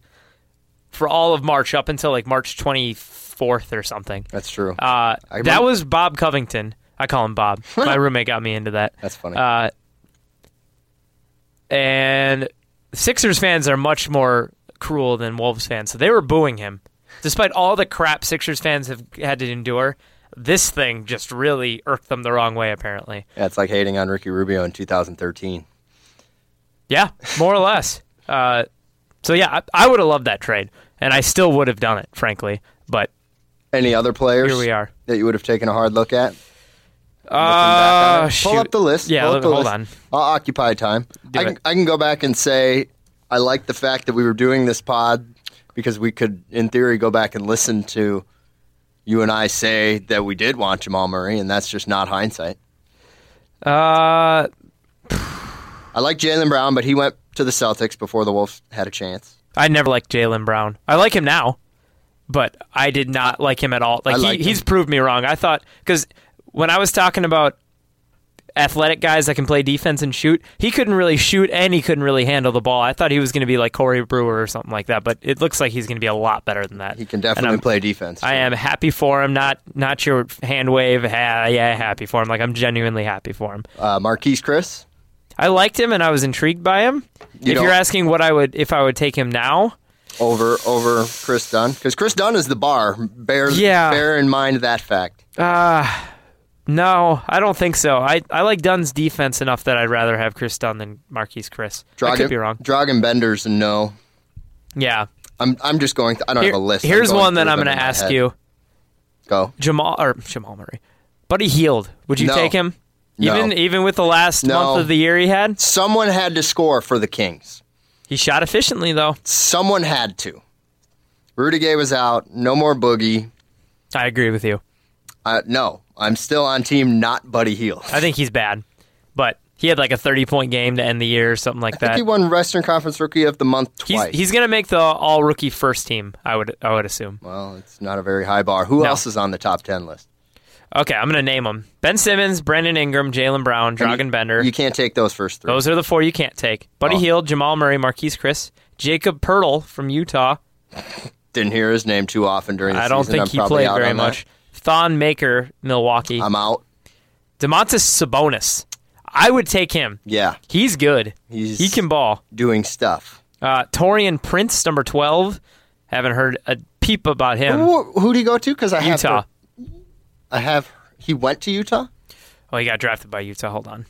S3: for all of March up until like March 24th or something.
S2: That's true.
S3: Uh,
S2: I
S3: that
S2: remem-
S3: was Bob Covington. I call him Bob. My roommate got me into that.
S2: That's funny.
S3: Uh, and Sixers fans are much more cruel than Wolves fans, so they were booing him, despite all the crap Sixers fans have had to endure. This thing just really irked them the wrong way, apparently.
S2: yeah, it's like hating on Ricky Rubio in 2013.
S3: Yeah, more or less. Uh, so yeah, I, I would have loved that trade, and I still would have done it, frankly. But
S2: Any other players?
S3: Here we are.
S2: That you would have taken a hard look at?
S3: uh,
S2: Pull
S3: shoot.
S2: up the list.
S3: Yeah,
S2: Pull
S3: let
S2: up
S3: me-
S2: the
S3: hold
S2: list.
S3: on.
S2: I'll occupy time.
S3: Do
S2: I can,
S3: it.
S2: I can go back and say I like the fact that we were doing this pod because we could, in theory, go back and listen to you and I say that we did want Jamal Murray, and that's just not hindsight.
S3: Uh,
S2: I like Jalen Brown, but he went to the Celtics before the Wolves had a chance.
S3: I never liked Jalen Brown. I like him now, but I did not like him at all. Like
S2: I
S3: he,
S2: liked him.
S3: he's proved me wrong. I thought because when I was talking about athletic guys that can play defense and shoot, he couldn't really shoot and he couldn't really handle the ball. I thought he was going to be like Corey Brewer or something like that, but it looks like he's going to be a lot better than that.
S2: He can
S3: And
S2: definitely
S3: I'm-
S2: play defense.
S3: I am happy for him. Not not your hand wave. Ha, yeah, happy for him. Like I'm genuinely happy for him.
S2: Uh, Marquise Chris.
S3: I liked him and I was intrigued by him.
S2: You
S3: if
S2: don't-
S3: you're asking what I would if I would take him now,
S2: over over Chris Dunn because Chris Dunn is the bar. Bear
S3: Yeah.
S2: bear in mind that fact.
S3: No, I don't think so. I, I like Dunn's defense enough that I'd rather have Chris Dunn than Marquise Chris. I could be wrong.
S2: Dragon Benders and no.
S3: Yeah.
S2: I'm I'm just going. I don't
S3: Here-
S2: have a list. I'm
S3: here's
S2: going
S3: one that
S2: through
S3: I'm
S2: them
S3: going
S2: in
S3: to
S2: my
S3: ask
S2: head.
S3: you.
S2: Go.
S3: Jamal or Jamal Murray. Buddy Healed. Would you
S2: No.
S3: take him?
S2: No.
S3: Even even with the last
S2: No.
S3: month of the year he had?
S2: Someone had to score for the Kings.
S3: He shot efficiently though.
S2: Someone had to. Rudy Gay was out. No more Boogie.
S3: I agree with you.
S2: Uh, no, I'm still on team not Buddy Heal.
S3: I think he's bad. But he had like a 30 point game to end the year or something like that.
S2: he won Western Conference Rookie of the Month
S3: he's
S2: twice.
S3: he's going to make the all rookie first team, I would I would assume.
S2: well, it's not a very high bar. Who else is on the top ten list?
S3: Okay, I'm going to name them. Ben Simmons, Brandon Ingram, Jalen Brown, Dragon Bender.
S2: You can't take those first three.
S3: Those are the four you can't take. Buddy
S2: Oh.
S3: Hield, Jamal Murray, Marquise Chris, Jacob Pertle from Utah.
S2: Didn't hear his name too often during the
S3: I don't
S2: season.
S3: think
S2: I'm
S3: he
S2: probably
S3: played
S2: out
S3: very
S2: on that.
S3: much. Thon Maker, Milwaukee.
S2: I'm out.
S3: DeMontis Sabonis. I would take him.
S2: Yeah,
S3: He's good.
S2: He's-
S3: he can ball.
S2: doing stuff.
S3: Uh, Torian Prince, number 12. Haven't heard a peep about him.
S2: Who who did he go to? Because I have
S3: Utah.
S2: I have. He went to Utah.
S3: Oh, he got drafted by Utah. Hold on.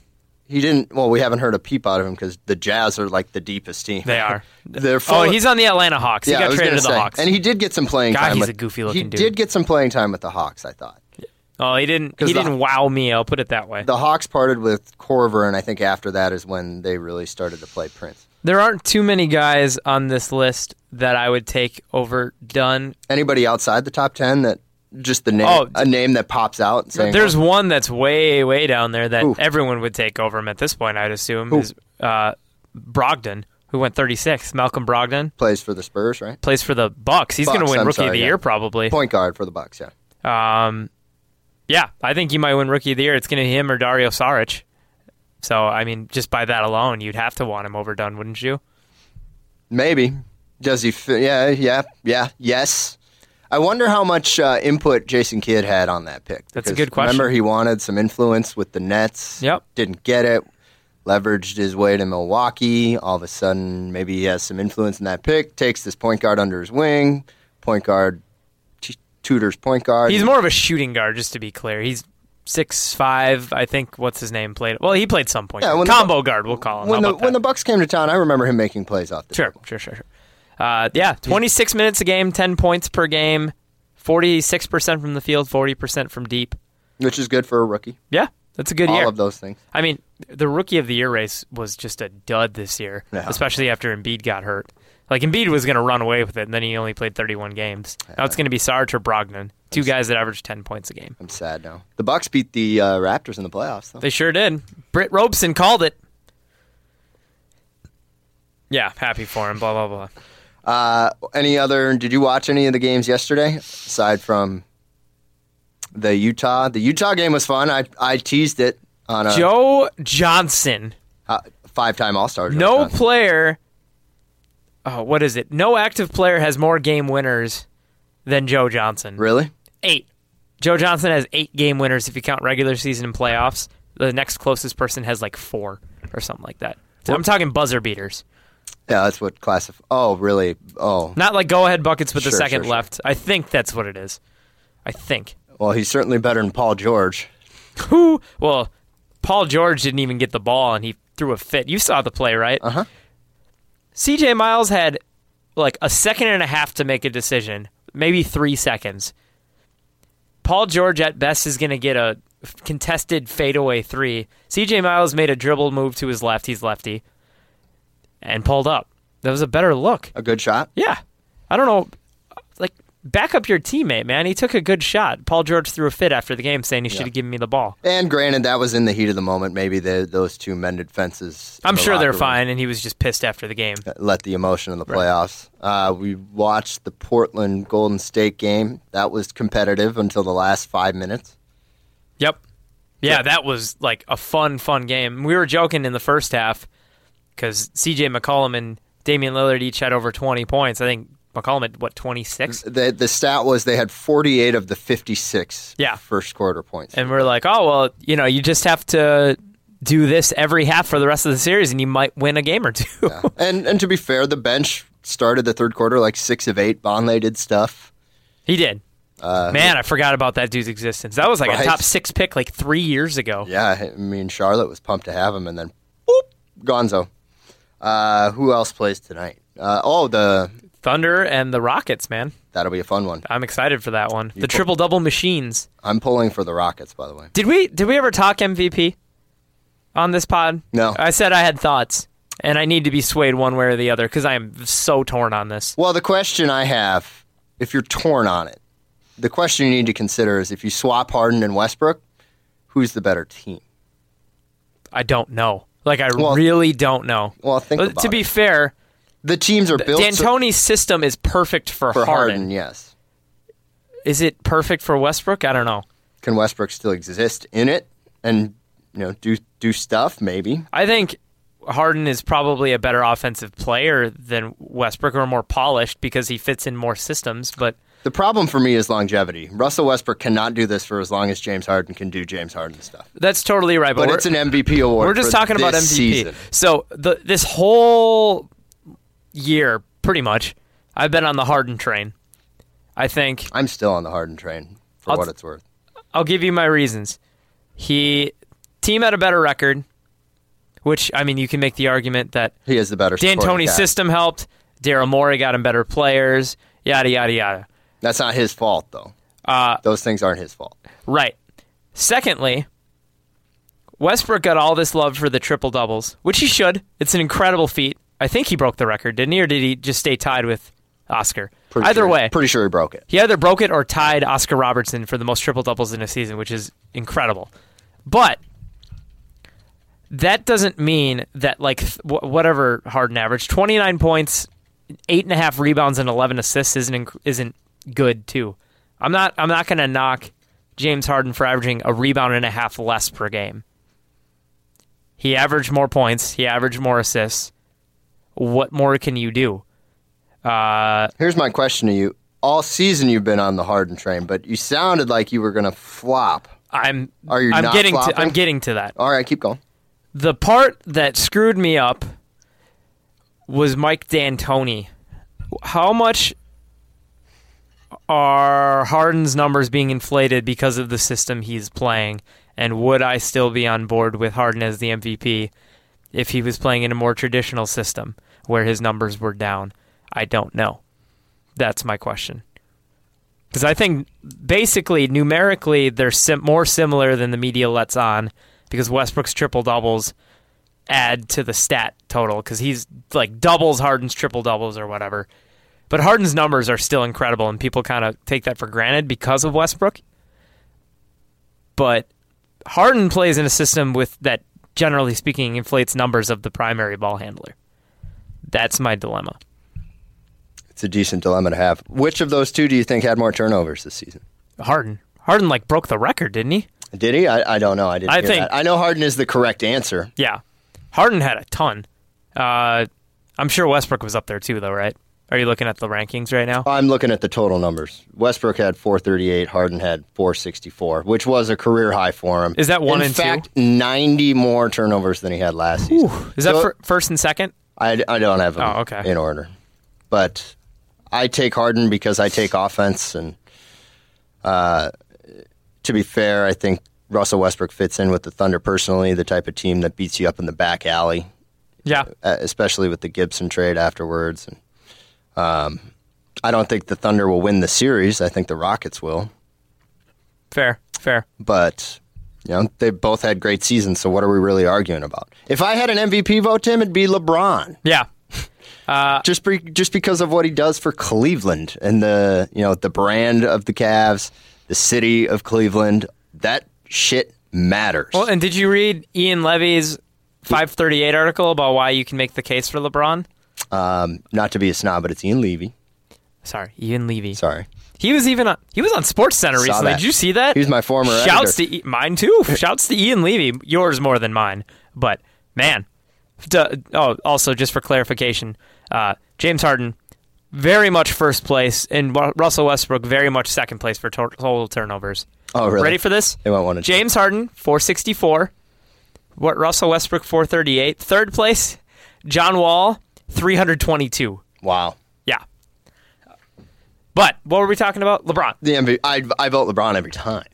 S2: He didn't. Well, we haven't heard a peep out of him because the Jazz are like the deepest team.
S3: They are.
S2: They're full
S3: Oh,
S2: of-
S3: he's on the Atlanta Hawks.
S2: yeah,
S3: he
S2: I
S3: got
S2: was
S3: traded
S2: gonna
S3: to the
S2: say.
S3: Hawks.
S2: and he did get some playing
S3: God,
S2: time.
S3: he's
S2: with-
S3: a goofy
S2: He
S3: looking dude.
S2: did get some playing time with the Hawks. I thought
S3: oh, he didn't. He
S2: 'Cause the-
S3: didn't wow me. I'll put it that way.
S2: the Hawks parted with Corver, and I think after that is when they really started to play Prince.
S3: There aren't too many guys on this list that I would take over Dunn.
S2: Anybody outside the top ten that just the name
S3: Oh.
S2: a name that pops out? and Saying,
S3: There's one that's way, way down there that
S2: Who?
S3: everyone would take over him at this point, I'd assume, is uh, Brogdon, who went 36th. Malcolm Brogdon
S2: plays for the Spurs, right?
S3: plays for the Bucks. He's going to
S2: Bucks,
S3: win
S2: I'm
S3: Rookie of
S2: sorry,
S3: the
S2: yeah.
S3: Year probably.
S2: Point guard for the Bucks. Yeah.
S3: Um, yeah, I think he might win Rookie of the Year. It's going to be him or Dario Saric. So, I mean, just by that alone, you'd have to want him over Dunn, wouldn't you?
S2: Maybe. Does he? Fi- yeah, yeah, yeah, yes. I wonder how much uh, input Jason Kidd had on that pick.
S3: That's a
S2: because
S3: good question.
S2: Remember, he wanted some influence with the Nets.
S3: Yep.
S2: Didn't get it. Leveraged his way to Milwaukee. All of a sudden, maybe he has some influence in that pick. Takes this point guard under his wing. Point guard t- tutors point guard.
S3: He's more of a shooting guard, just to be clear. He's six five, I think. What's his name? Played well. He played some point.
S2: Yeah,
S3: guard.
S2: when the-
S3: combo guard, we'll call him.
S2: when
S3: How
S2: the
S3: about
S2: when the
S3: that?
S2: Bucks came to town. I remember him making plays off the
S3: sure,
S2: dribble.
S3: sure, sure, sure. Uh, yeah, twenty six minutes a game, ten points per game, forty six percent from the field, forty percent from deep.
S2: which is good for a rookie.
S3: Yeah, that's a good
S2: All
S3: year.
S2: of those things.
S3: I mean, the rookie of the year race was just a dud this year,
S2: Yeah.
S3: especially after Embiid got hurt. Like Embiid was going to run away with it, and then he only played thirty one games. Now it's going to be Sarge or Brogdon, two guys that average ten points a game.
S2: I'm sad now. The Bucks beat the uh, Raptors in the playoffs. Though.
S3: They sure did. Britt Robeson called it. Yeah, happy for him. Blah blah blah.
S2: Any other? Did you watch any of the games yesterday aside from the Utah. The Utah game was fun. I I teased it on a
S3: Joe Johnson,
S2: uh, five-time All-Star. Joe
S3: no
S2: Johnson.
S3: player. Oh, what is it? No active player has more game winners than Joe Johnson.
S2: really?
S3: Eight. Joe Johnson has eight game winners if you count regular season and playoffs. The next closest person has like four or something like that. So I'm talking buzzer beaters,
S2: Yeah, that's what classify. Oh, really? Oh,
S3: not like go ahead buckets with the
S2: Sure,
S3: second
S2: sure, sure.
S3: left. I think that's what it is. I think.
S2: well, he's certainly better than Paul George.
S3: Who? Well, Paul George didn't even get the ball and he threw a fit. You saw the play, right? Uh huh. CJ Miles had like a second and a half to make a decision, maybe three seconds. Paul George at best is going to get a contested fadeaway three. CJ Miles made a dribble move to his left. He's lefty and pulled up. That was a better look.
S2: A good shot.
S3: Yeah. I don't know. Like, back up your teammate, man. He took a good shot. Paul George threw a fit after the game saying he should have given me the ball.
S2: And granted, that was in the heat of the moment. Maybe the, those two mended fences. in
S3: I'm
S2: the
S3: sure they're
S2: locker room
S3: fine, and he was just pissed after the game.
S2: Let the emotion of the playoffs. Uh, we watched the Portland Golden State game. That was competitive until the last five minutes.
S3: Yep. Yeah, that was like a fun, fun game. We were joking in the first half because CJ McCollum and Damian Lillard each had over 20 points. I think McCollum had, what, 26?
S2: The the stat was they had 48 of the 56
S3: Yeah.
S2: first quarter points.
S3: And we're like, oh, well, you know, you just have to do this every half for the rest of the series, and you might win a game or two.
S2: and and to be fair, the bench started the third quarter like six of eight. Bonley did stuff.
S3: he did. Man, I forgot about that dude's existence. That was like a
S2: Uh, Right.
S3: top six pick like three years ago.
S2: Yeah, I mean Charlotte was pumped to have him, and then boop, Gonzo. Uh, who else plays tonight? Uh, oh, the
S3: Thunder and the Rockets, man.
S2: that'll be a fun one.
S3: I'm excited for that one. the triple double machines.
S2: I'm pulling for the Rockets, by the way.
S3: Did we did we ever talk MVP on this pod?
S2: No.
S3: I said I had thoughts, and I need to be swayed one way or the other because I am so torn on this.
S2: Well, the question I have, if you're torn on it, the question you need to consider is if you swap Harden and Westbrook, who's the better team?
S3: I don't know. Like I
S2: Well-
S3: really don't know.
S2: Well, think
S3: But
S2: about
S3: to be
S2: it.
S3: fair,
S2: The teams are built so-
S3: D'Antoni's system is perfect for,
S2: for
S3: Harden.
S2: Harden. Yes,
S3: Is it perfect for Westbrook? I don't know.
S2: can Westbrook still exist in it and you know do do stuff? Maybe
S3: I think Harden is probably a better offensive player than Westbrook or more polished because he fits in more systems, but
S2: The problem for me is longevity. Russell Westbrook cannot do this for as long as James Harden can do James Harden stuff.
S3: that's totally right. But,
S2: But
S3: we're-
S2: it's an MVP award.
S3: We're just
S2: for
S3: talking about MVP.
S2: this season.
S3: So the, this whole year, pretty much, I've been on the Harden train. I think
S2: I'm still on the Harden train for
S3: I'll-
S2: what it's worth.
S3: I'll give you my reasons. He team had a better record, which I mean, you can make the argument that
S2: He is the better. supporting
S3: D'Antoni's
S2: cast.
S3: system helped. Daryl Morey got him better players. Yada yada yada.
S2: That's not his fault though.
S3: Uh,
S2: Those things aren't his fault.
S3: Right. Secondly, Westbrook got all this love for the triple doubles, which he should. It's an incredible feat. I think he broke the record, didn't he, or did he just stay tied with Oscar?
S2: Pretty
S3: Either
S2: sure-
S3: way,
S2: pretty sure he broke it.
S3: he either broke it or tied Oscar Robertson for the most triple doubles in a season, which is incredible. But that doesn't mean that like th- wh- whatever Harden averaged twenty nine points, eight and a half rebounds, and eleven assists isn't inc- isn't good too. I'm not I'm not gonna knock James Harden for averaging a rebound and a half less per game. He averaged more points. He averaged more assists. What more can you do? Uh,
S2: Here's my question to you. All season you've been on the Harden train, but you sounded like you were going to flop.
S3: I'm
S2: Are you
S3: I'm
S2: not
S3: getting to
S2: flopping?
S3: I'm getting to that.
S2: All right, keep going.
S3: the part that screwed me up was Mike D'Antoni. How much are Harden's numbers being inflated because of the system he's playing? And would I still be on board with Harden as the MVP if he was playing in a more traditional system where his numbers were down? I don't know. That's my question. Because I think basically numerically they're sim- more similar than the media lets on. Because Westbrook's triple doubles add to the stat total because he's like doubles Harden's triple doubles or whatever. But Harden's numbers are still incredible, and people kind of take that for granted because of Westbrook. But Harden plays in a system with that, generally speaking, inflates numbers of the primary ball handler. That's my dilemma.
S2: It's a decent dilemma to have. Which of those two do you think had more turnovers this season?
S3: Harden. Harden like broke the record, didn't he?
S2: Did he? I, I don't know. I didn't.
S3: I
S2: hear
S3: think-
S2: that. I know Harden is the correct answer.
S3: Yeah, Harden had a ton. Uh, I'm sure Westbrook was up there too, though, right? Are you looking at the rankings right now?
S2: I'm looking at the total numbers. Westbrook had 438. Harden had 464, which was a career high for him.
S3: Is that one
S2: In
S3: and two?
S2: fact, 90 more turnovers than he had last season.
S3: Is that
S2: So-
S3: fir- first and second?
S2: I, I don't have them
S3: Oh, okay.
S2: in order, but I take Harden because I take offense, and uh, to be fair, I think Russell Westbrook fits in with the Thunder personally, the type of team that beats you up in the back alley,
S3: Yeah,
S2: uh, especially with the Gibson trade afterwards. And um, I don't think the Thunder will win the series. I think the Rockets will,
S3: fair, fair.
S2: but. You know, they both had great seasons, so what are we really arguing about? If I had an MVP vote, Tim, it'd be LeBron.
S3: Yeah,
S2: just be, just because of what he does for Cleveland and the you know the brand of the Cavs, the city of Cleveland, that shit matters.
S3: Well, and did you read Ian Levy's 538 article about why you can make the case for LeBron?
S2: um, not to be a snob, but it's Ian Levy.
S3: Sorry, Ian Levy.
S2: Sorry,
S3: He was even on, he was on Sports Center recently.
S2: that.
S3: Did you see that?
S2: He's my former
S3: Shouts to to mine too. Shouts to Ian Levy. Yours more than mine, but man. Duh, oh, also just for clarification, uh, James Harden very much first place, and Wa- Russell Westbrook very much second place for tor- total turnovers.
S2: Oh, really?
S3: Ready for this?
S2: They won't wanna-
S3: James Harden 464. What Russell Westbrook 438. Third place, John Wall 322.
S2: wow.
S3: Yeah. But what were we talking about? LeBron.
S2: The MVP, I I vote LeBron every time,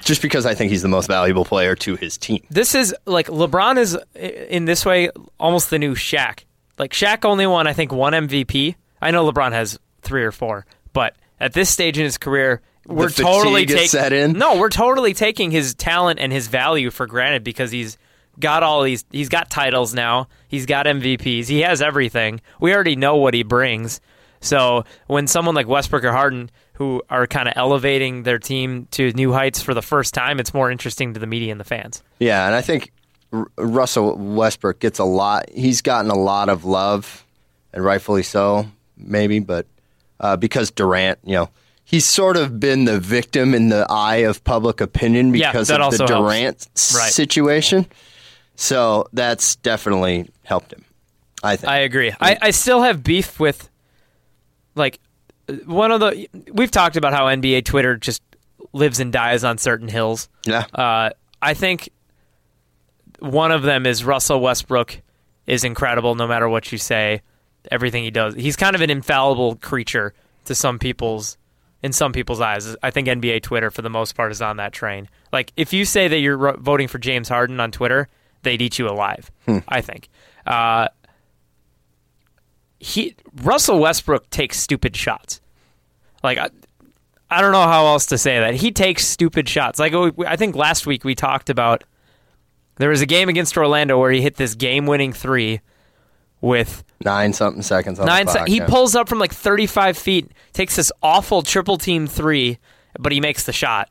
S2: just because I think he's the most valuable player to his team.
S3: This is like LeBron is i- in this way almost the new Shaq. Like Shaq only won I think one MVP. I know LeBron has 3 or 4, but at this stage in his career we're totally
S2: fatigue has
S3: taking
S2: set in?
S3: No, we're totally taking his talent and his value for granted because he's got all these he's got titles now. He's got MVPs. He has everything. We already know what he brings. So when someone like Westbrook or Harden who are kind of elevating their team to new heights for the first time, it's more interesting to the media and the fans.
S2: Yeah, and I think R- Russell Westbrook gets a lot. He's gotten a lot of love, and rightfully so, maybe. But uh, because Durant, you know, he's sort of been the victim in the eye of public opinion
S3: Yeah,
S2: because
S3: that
S2: of the
S3: also helps.
S2: Durant s-
S3: Right.
S2: situation. So that's definitely helped him. I think.
S3: I agree. I, I still have beef with, like, one of the. We've talked about how NBA Twitter just lives and dies on certain hills.
S2: yeah.
S3: Uh, I think one of them is Russell Westbrook is incredible no matter what you say. Everything he does, he's kind of an infallible creature to some people's in some people's eyes. I think NBA Twitter for the most part is on that train. Like if you say that you're ro- voting for James Harden on Twitter, they'd eat you alive. I think. Uh, he Russell Westbrook takes stupid shots. Like I, I don't know how else to say that. He takes stupid shots. Like we- I think last week we talked about there was a game against Orlando where he hit this game-winning three with
S2: nine something seconds on
S3: nine.
S2: the
S3: se-
S2: clock.
S3: he
S2: yeah.
S3: pulls up from like 35 feet, takes this awful triple team three, but he makes the shot.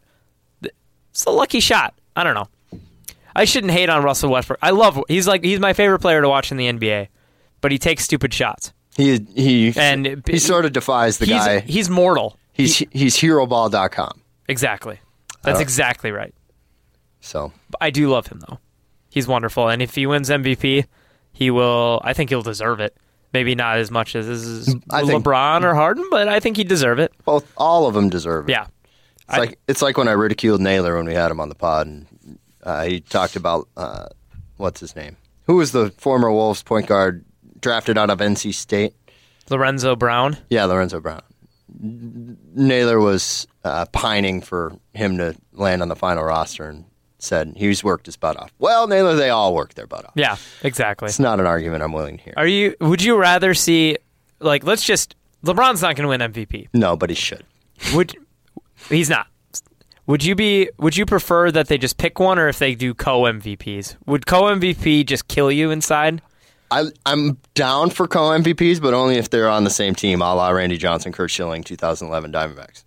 S3: Th- It's a lucky shot. I don't know. I shouldn't hate on Russell Westbrook. I love. He's like he's my favorite player to watch in the NBA, but he takes stupid shots.
S2: He he
S3: And-
S2: he sort of defies the
S3: he's
S2: guy.
S3: he's mortal.
S2: he's he's heroball.com.
S3: Exactly. That's
S2: Uh,
S3: exactly right.
S2: So
S3: I do love him though. He's wonderful, and if he wins MVP, he will. I think he'll deserve it. Maybe not as much as as
S2: I think-
S3: LeBron or Harden, but I think he deserve it.
S2: both all of them deserve it.
S3: Yeah,
S2: It's like it's like when I ridiculed Naylor when we had him on the pod, and uh, he talked about uh, what's his name, who was the former Wolves point guard drafted out of NC State.
S3: Lorenzo Brown.
S2: Yeah, Lorenzo Brown. Naylor was uh, pining for him to land on the final roster, and said he's worked his butt off. Well, Naylor, they all work their butt off.
S3: Yeah, exactly.
S2: It's not an argument I'm willing to hear.
S3: Are you? Would you rather see like let's just LeBron's not going to win MVP.
S2: No, but he should.
S3: Would he's not? Would you be? Would you prefer that they just pick one, or if they do co MVPs? Would co MVP just kill you inside?
S2: I, I'm down for co MVPs, but only if they're on the same team, a la Randy Johnson, Kurt Schilling, 2011 Diamondbacks.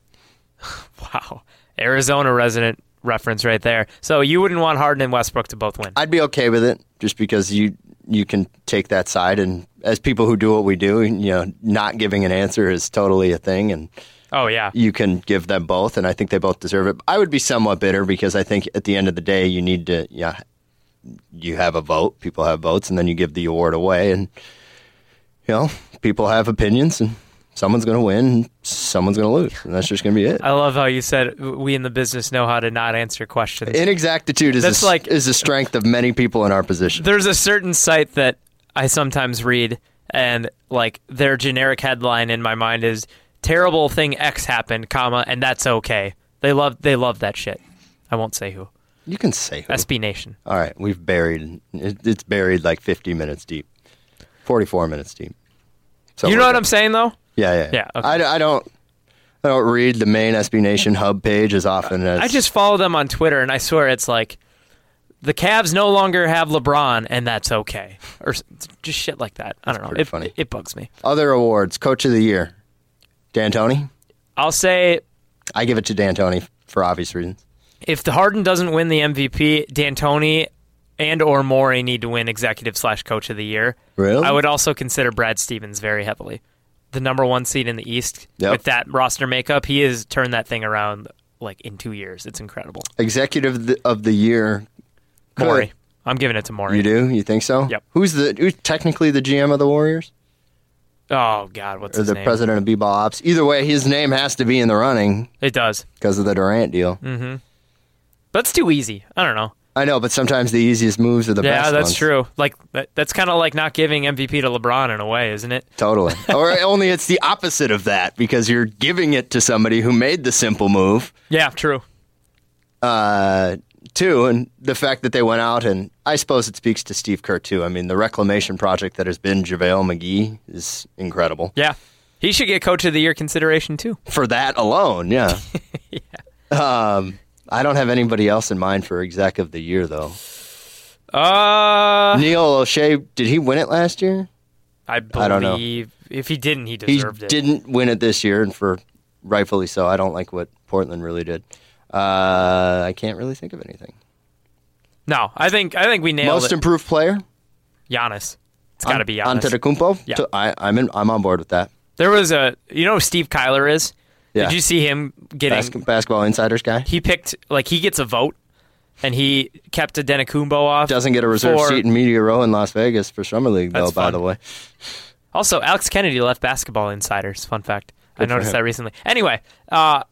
S3: Wow. Arizona resident reference right there. So you wouldn't want Harden and Westbrook to both win.
S2: I'd be okay with it just because you you can take that side and as people who do what we do, you know, not giving an answer is totally a thing and
S3: Oh yeah.
S2: you can give them both, and I think they both deserve it. I would be somewhat bitter because I think at the end of the day, you need to, yeah, you have a vote. People have votes, and then you give the award away, and you know, people have opinions, and someone's going to win, and someone's going to lose, and that's just going to be it.
S3: I love how you said we in the business know how to not answer questions.
S2: Inexactitude is
S3: That's
S2: a,
S3: like-
S2: like is the strength of many people in our position.
S3: There's a certain site that I sometimes read, and like their generic headline in my mind is "terrible thing X happened, comma, and that's okay." They love they love that shit. I won't say who.
S2: You can say who.
S3: SB Nation.
S2: All right, we've buried. It, it's buried like 50 minutes deep, 44 minutes deep. So
S3: you know what I'm saying though?
S2: Yeah, yeah,
S3: Yeah, okay.
S2: I, d- I don't, I don't read the main SB Nation hub page as often as
S3: I just follow them on Twitter, and I swear it's like the Cavs no longer have LeBron, and that's okay, or s- just shit like that. I don't know.
S2: pretty
S3: It,
S2: funny.
S3: it bugs me.
S2: other awards. Coach of the year, D'Antoni.
S3: I'll say
S2: I give it to D'Antoni for obvious reasons.
S3: if the Harden doesn't win the MVP, D'Antoni and or Morey need to win Executive slash Coach of the Year.
S2: Really?
S3: I would also consider Brad Stevens very heavily, the number one seed in the East
S2: Yep.
S3: with that roster makeup. He has turned that thing around like in two years. It's incredible.
S2: Executive of the, of the year, could-
S3: Morey, I'm giving it to Morey.
S2: You do? You think so?
S3: Yep.
S2: Who's the who's technically the GM of the Warriors
S3: Oh God, what's
S2: or
S3: his
S2: the
S3: name?
S2: president of B-ball ops? Either way, his name has to be in the running
S3: It does,
S2: because of the Durant deal.
S3: but it's too easy. I don't know.
S2: I know, but sometimes the easiest moves are the best.
S3: Yeah, that's
S2: ones.
S3: true. Like that, that's kind of like not giving MVP to LeBron in a way, isn't it?
S2: Totally. or only it's the opposite of that because you're giving it to somebody who made the simple move.
S3: Yeah, true.
S2: uh, too, and the fact that they went out, and I suppose it speaks to Steve Kerr too. I mean, the reclamation project that has been JaVale McGee is incredible.
S3: Yeah, he should get Coach of the Year consideration too.
S2: For that alone, yeah. Um, I don't have anybody else in mind for exec of the year though.
S3: Uh,
S2: Neil O'Shea, did he win it last year?
S3: I
S2: I don't know.
S3: believe if he didn't, he
S2: He
S3: deserved it.
S2: didn't win it this year, and for rightfully so. I don't like what Portland really did. Uh, I can't really think of anything.
S3: No, I think I think we nailed
S2: Most
S3: it.
S2: improved player,
S3: Giannis. It's got to be Giannis.
S2: Antetokounmpo.
S3: Yeah.
S2: So I, I'm in, I'm on board with that.
S3: there was a you know who Steve Kyler is.
S2: Yeah.
S3: Did you see him getting?
S2: Basket, basketball insiders guy.
S3: He picked like he gets a vote, and he kept a Denacumbo off.
S2: Doesn't get a reserve
S3: for-
S2: seat in Media Row in Las Vegas for Summer League, though,
S3: That's
S2: by
S3: fun.
S2: the way.
S3: Also, Alex Kennedy left Basketball Insiders. Fun fact. I
S2: for
S3: noticed
S2: him.
S3: that recently. Anyway, uh,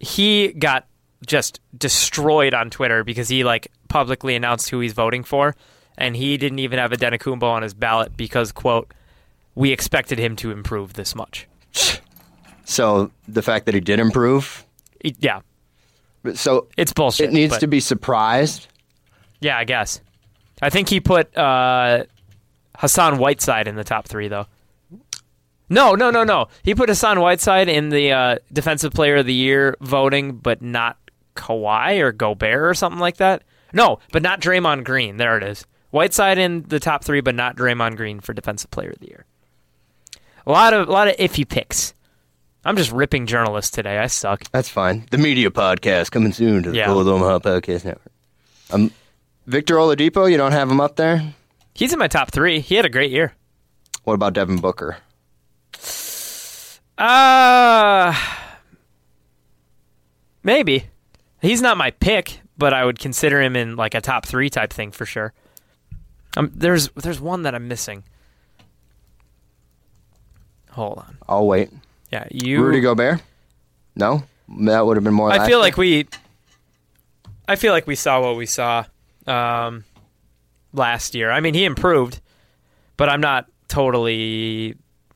S3: he got just destroyed on Twitter because he like publicly announced who he's voting for, and he didn't even have a Denacumbo on his ballot because quote we expected him to improve this much.
S2: So the fact that he did improve.
S3: It- yeah,
S2: but- So
S3: it's bullshit.
S2: it needs
S3: but-
S2: to be surprised.
S3: Yeah, I guess. I think he put uh, Hassan Whiteside in the top three, though. No, no, no, no. He put Hassan Whiteside in the uh, Defensive Player of the Year voting, but not Kawhi or Gobert or something like that. No, but not Draymond Green. There it is. Whiteside in the top three, but not Draymond Green for Defensive Player of the Year. A lot of a lot of iffy picks. I'm just ripping journalists today. I suck.
S2: That's fine. The media podcast coming soon to the
S3: Yeah.
S2: Oklahoma Podcast Network. Um, Victor Oladipo, you don't have him up there.
S3: He's in my top three. He had a great year.
S2: What about Devin Booker?
S3: Uh maybe. He's not my pick, but I would consider him in like a top three type thing for sure. Um, there's there's one that I'm missing. Hold on.
S2: I'll wait.
S3: Yeah, you.
S2: Rudy Gobert? No, that would have been more.
S3: I
S2: last year.
S3: feel like we. I feel like we saw what we saw, um, last year. I mean, he improved, but I'm not totally.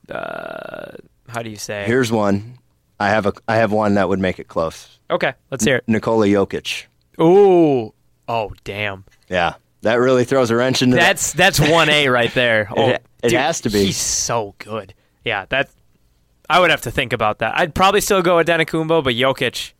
S3: Uh, how do you say? it?
S2: here's one. I have a I have one that would make it close.
S3: okay, let's hear it.
S2: Nikola Jokic.
S3: Ooh. Oh, damn.
S2: Yeah, that really throws a wrench into that.
S3: That's that's one A right there. Oh,
S2: It- it
S3: dude,
S2: has to be.
S3: He's so good. Yeah, that I would have to think about that. I'd probably still go with Danakumbo, but Jokic.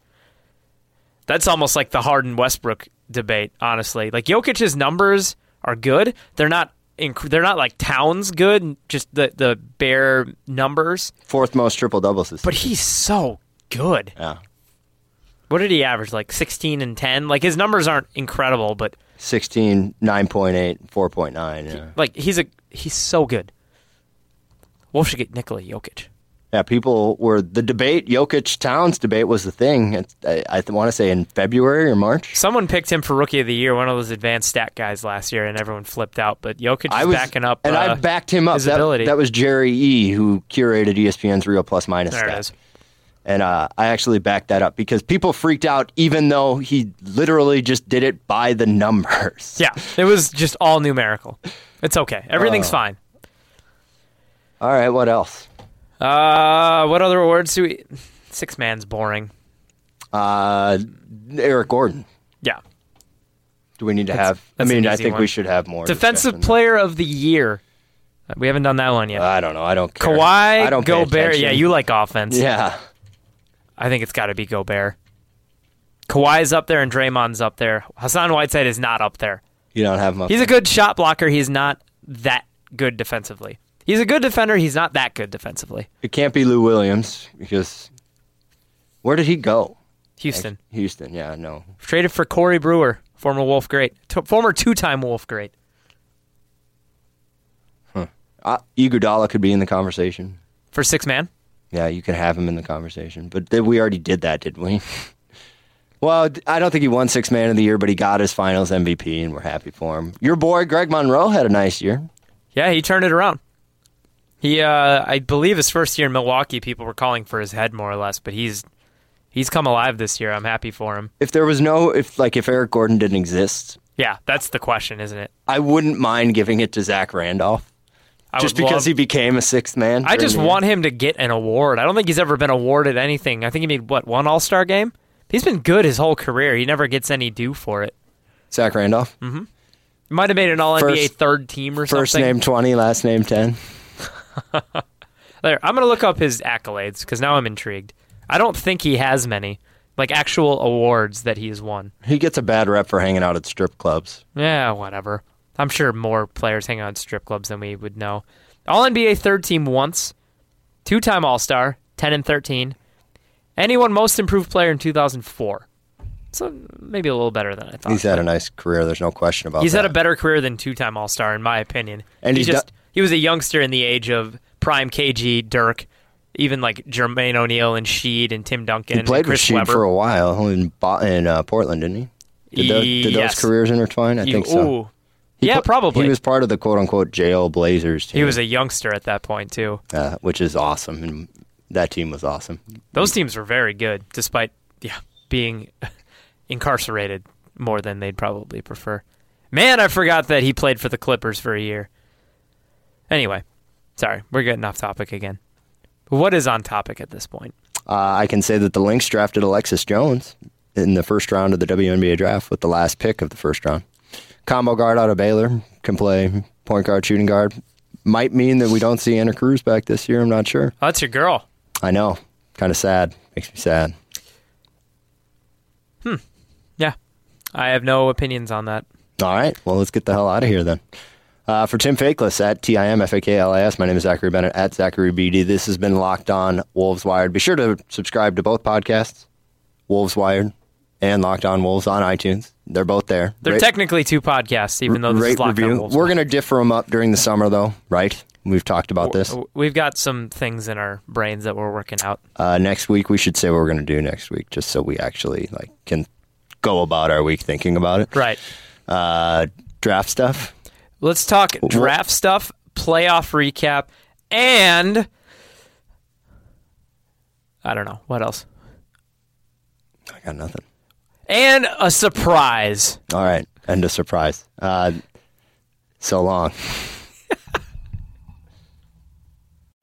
S3: That's almost like the Harden Westbrook debate, honestly. Like Jokic's numbers are good. They're not inc- they're not like Towns good, just the the bare numbers,
S2: fourth most triple doubles this
S3: but he's so good.
S2: Yeah.
S3: What did he average? Like 16 and 10? Like his numbers aren't incredible, but
S2: 16, 9.8, 4.9. Yeah.
S3: Like he's a he's so good. Wolf should get Nikola Jokic.
S2: Yeah, people were the debate. Jokic Towns debate was the thing. It's, I, I want to say in February or March.
S3: Someone picked him for rookie of the year, one of those advanced stat guys last year, and everyone flipped out. But Jokic
S2: I
S3: is
S2: was
S3: backing up,
S2: and I
S3: uh,
S2: backed him up.
S3: his
S2: That,
S3: ability.
S2: that was Jerry E, who curated ESPN's Real Plus Minus.
S3: there it
S2: stats.
S3: is.
S2: And uh, I actually backed that up because people freaked out, even though he literally just did it by the numbers.
S3: Yeah, it was just all numerical. It's okay.
S2: Uh.
S3: Everything's fine.
S2: All right, what else?
S3: Uh, what other awards do we? Six man's boring.
S2: Uh, Eric Gordon.
S3: Yeah,
S2: Do we need to have? I
S3: that's
S2: mean,
S3: an
S2: I
S3: easy
S2: think
S3: one.
S2: we should have more
S3: defensive
S2: discussion.
S3: player of the year. Uh, We haven't done that one yet.
S2: I don't know. Uh, I don't care.
S3: Kawhi
S2: I don't pay
S3: Gobert. Yeah,
S2: attention.
S3: you like offense.
S2: Yeah.
S3: I think it's got to be Gobert. Kawhi's up there and Draymond's up there. Hassan Whiteside is not up there.
S2: You don't have much.
S3: He's a good shot blocker. He's not that good defensively. He's a good defender. He's not that good defensively.
S2: It can't be Lou Williams because where did he go?
S3: Houston
S2: Houston. Yeah, no.
S3: traded for Corey Brewer, former Wolf great, t- former two-time Wolf great.
S2: Uh, Iguodala could be in the conversation.
S3: For six man,
S2: Yeah, you could have him in the conversation, but th- we already did that, didn't we? well, d- I don't think he won six man of the year, but he got his Finals MVP, and we're happy for him. Your boy Greg Monroe had a nice year.
S3: yeah, he turned it around. He, uh, I believe, his first year in Milwaukee, people were calling for his head more or less, but he's he's come alive this year. I'm happy for him.
S2: If there was no, if like if Eric Gordon didn't exist,
S3: Yeah, that's the question, isn't it?
S2: I wouldn't mind giving it to Zach Randolph
S3: I
S2: just
S3: would
S2: because
S3: love-
S2: he became a sixth man.
S3: I
S2: during
S3: just
S2: the year.
S3: want him to get an award. I don't think he's ever been awarded anything. I think he made what one All Star game. He's been good his whole career. He never gets any due for it.
S2: Zach Randolph.
S3: He might have made an All NBA
S2: First-
S3: third team or
S2: First
S3: Mm-hmm. something.
S2: name twenty, last name ten.
S3: There, I'm gonna look up his accolades because now I'm intrigued. I don't think he has many, like actual awards that he's won.
S2: He gets a bad rep for hanging out at strip clubs.
S3: Yeah, whatever. I'm sure more players hang out at strip clubs than we would know. All NBA third team once, two time All Star, 10 and 13. Anyone most improved player in 2004. So maybe a little better than I thought.
S2: He's had a nice career. There's no question about
S3: Uh-huh. He's
S2: that.
S3: had a better career than two time All Star, in my opinion.
S2: And
S3: he
S2: he's
S3: just
S2: do-
S3: he was a youngster in the age of prime KG, Dirk, even like Jermaine O'Neal and Sheed and Tim Duncan.
S2: he played
S3: and
S2: with
S3: Chris
S2: Sheed
S3: Webber.
S2: for a while in Bo- in uh, Portland, didn't he? Did, tho- did
S3: Yes.
S2: those careers intertwine? I
S3: You-
S2: think so.
S3: ooh.
S2: He
S3: yeah,
S2: pla-
S3: probably.
S2: He was part of the quote unquote jail Blazers team,
S3: he was a youngster at that point too.
S2: uh, which is awesome. And that team was awesome.
S3: Those teams were very good, despite yeah being incarcerated more than they'd probably prefer. Man, I forgot that he played for the Clippers for a year. Anyway, sorry, we're getting off topic again. What is on topic at this point?
S2: Uh, I can say that the Lynx drafted Alexis Jones in the first round of the WNBA draft with the last pick of the first round. Combo guard out of Baylor can play point guard, shooting guard. Might mean that we don't see Anna Cruz back this year. I'm not sure.
S3: Oh, that's your girl.
S2: I know. Kind of sad. Makes me sad.
S3: Yeah, I have no opinions on that.
S2: All right. Well, let's get the hell out of here then. Uh, for Tim Fakeless at T I M F A K L I S, my name is Zachary Bennett at Zachary BD. This has been Locked On Wolves Wired. Be sure to subscribe to both podcasts, Wolves Wired and Locked On Wolves on iTunes. They're both there.
S3: They're
S2: Rate-
S3: technically two podcasts, even though this is
S2: rate
S3: locked
S2: review.
S3: on Wolves.
S2: We're going to differ them up during the summer, though, right? We've talked about this.
S3: We've got some things in our brains that we're working out.
S2: Uh, next week, we should say what we're going to do next week, just so we actually like can go about our week thinking about it.
S3: Right.
S2: Uh, draft stuff.
S3: Let's talk draft stuff, playoff recap, and I don't know what else.
S2: I got nothing.
S3: And a surprise.
S2: All right. End of surprise. Uh, so long.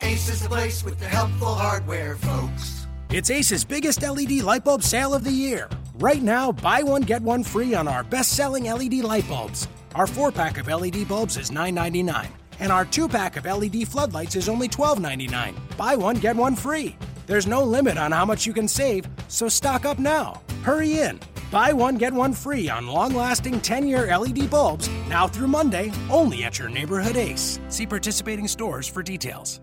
S4: Ace is the place with the helpful hardware, folks.
S5: It's Ace's biggest LED light bulb sale of the year. Right now, buy one, get one free on our best selling LED light bulbs. Our four pack of LED bulbs is $9.99, and our two pack of LED floodlights is only $12.99. Buy one, get one free. There's no limit on how much you can save, so stock up now. Hurry in. Buy one, get one free on long lasting 10 year LED bulbs now through Monday, only at your neighborhood Ace. See participating stores for details.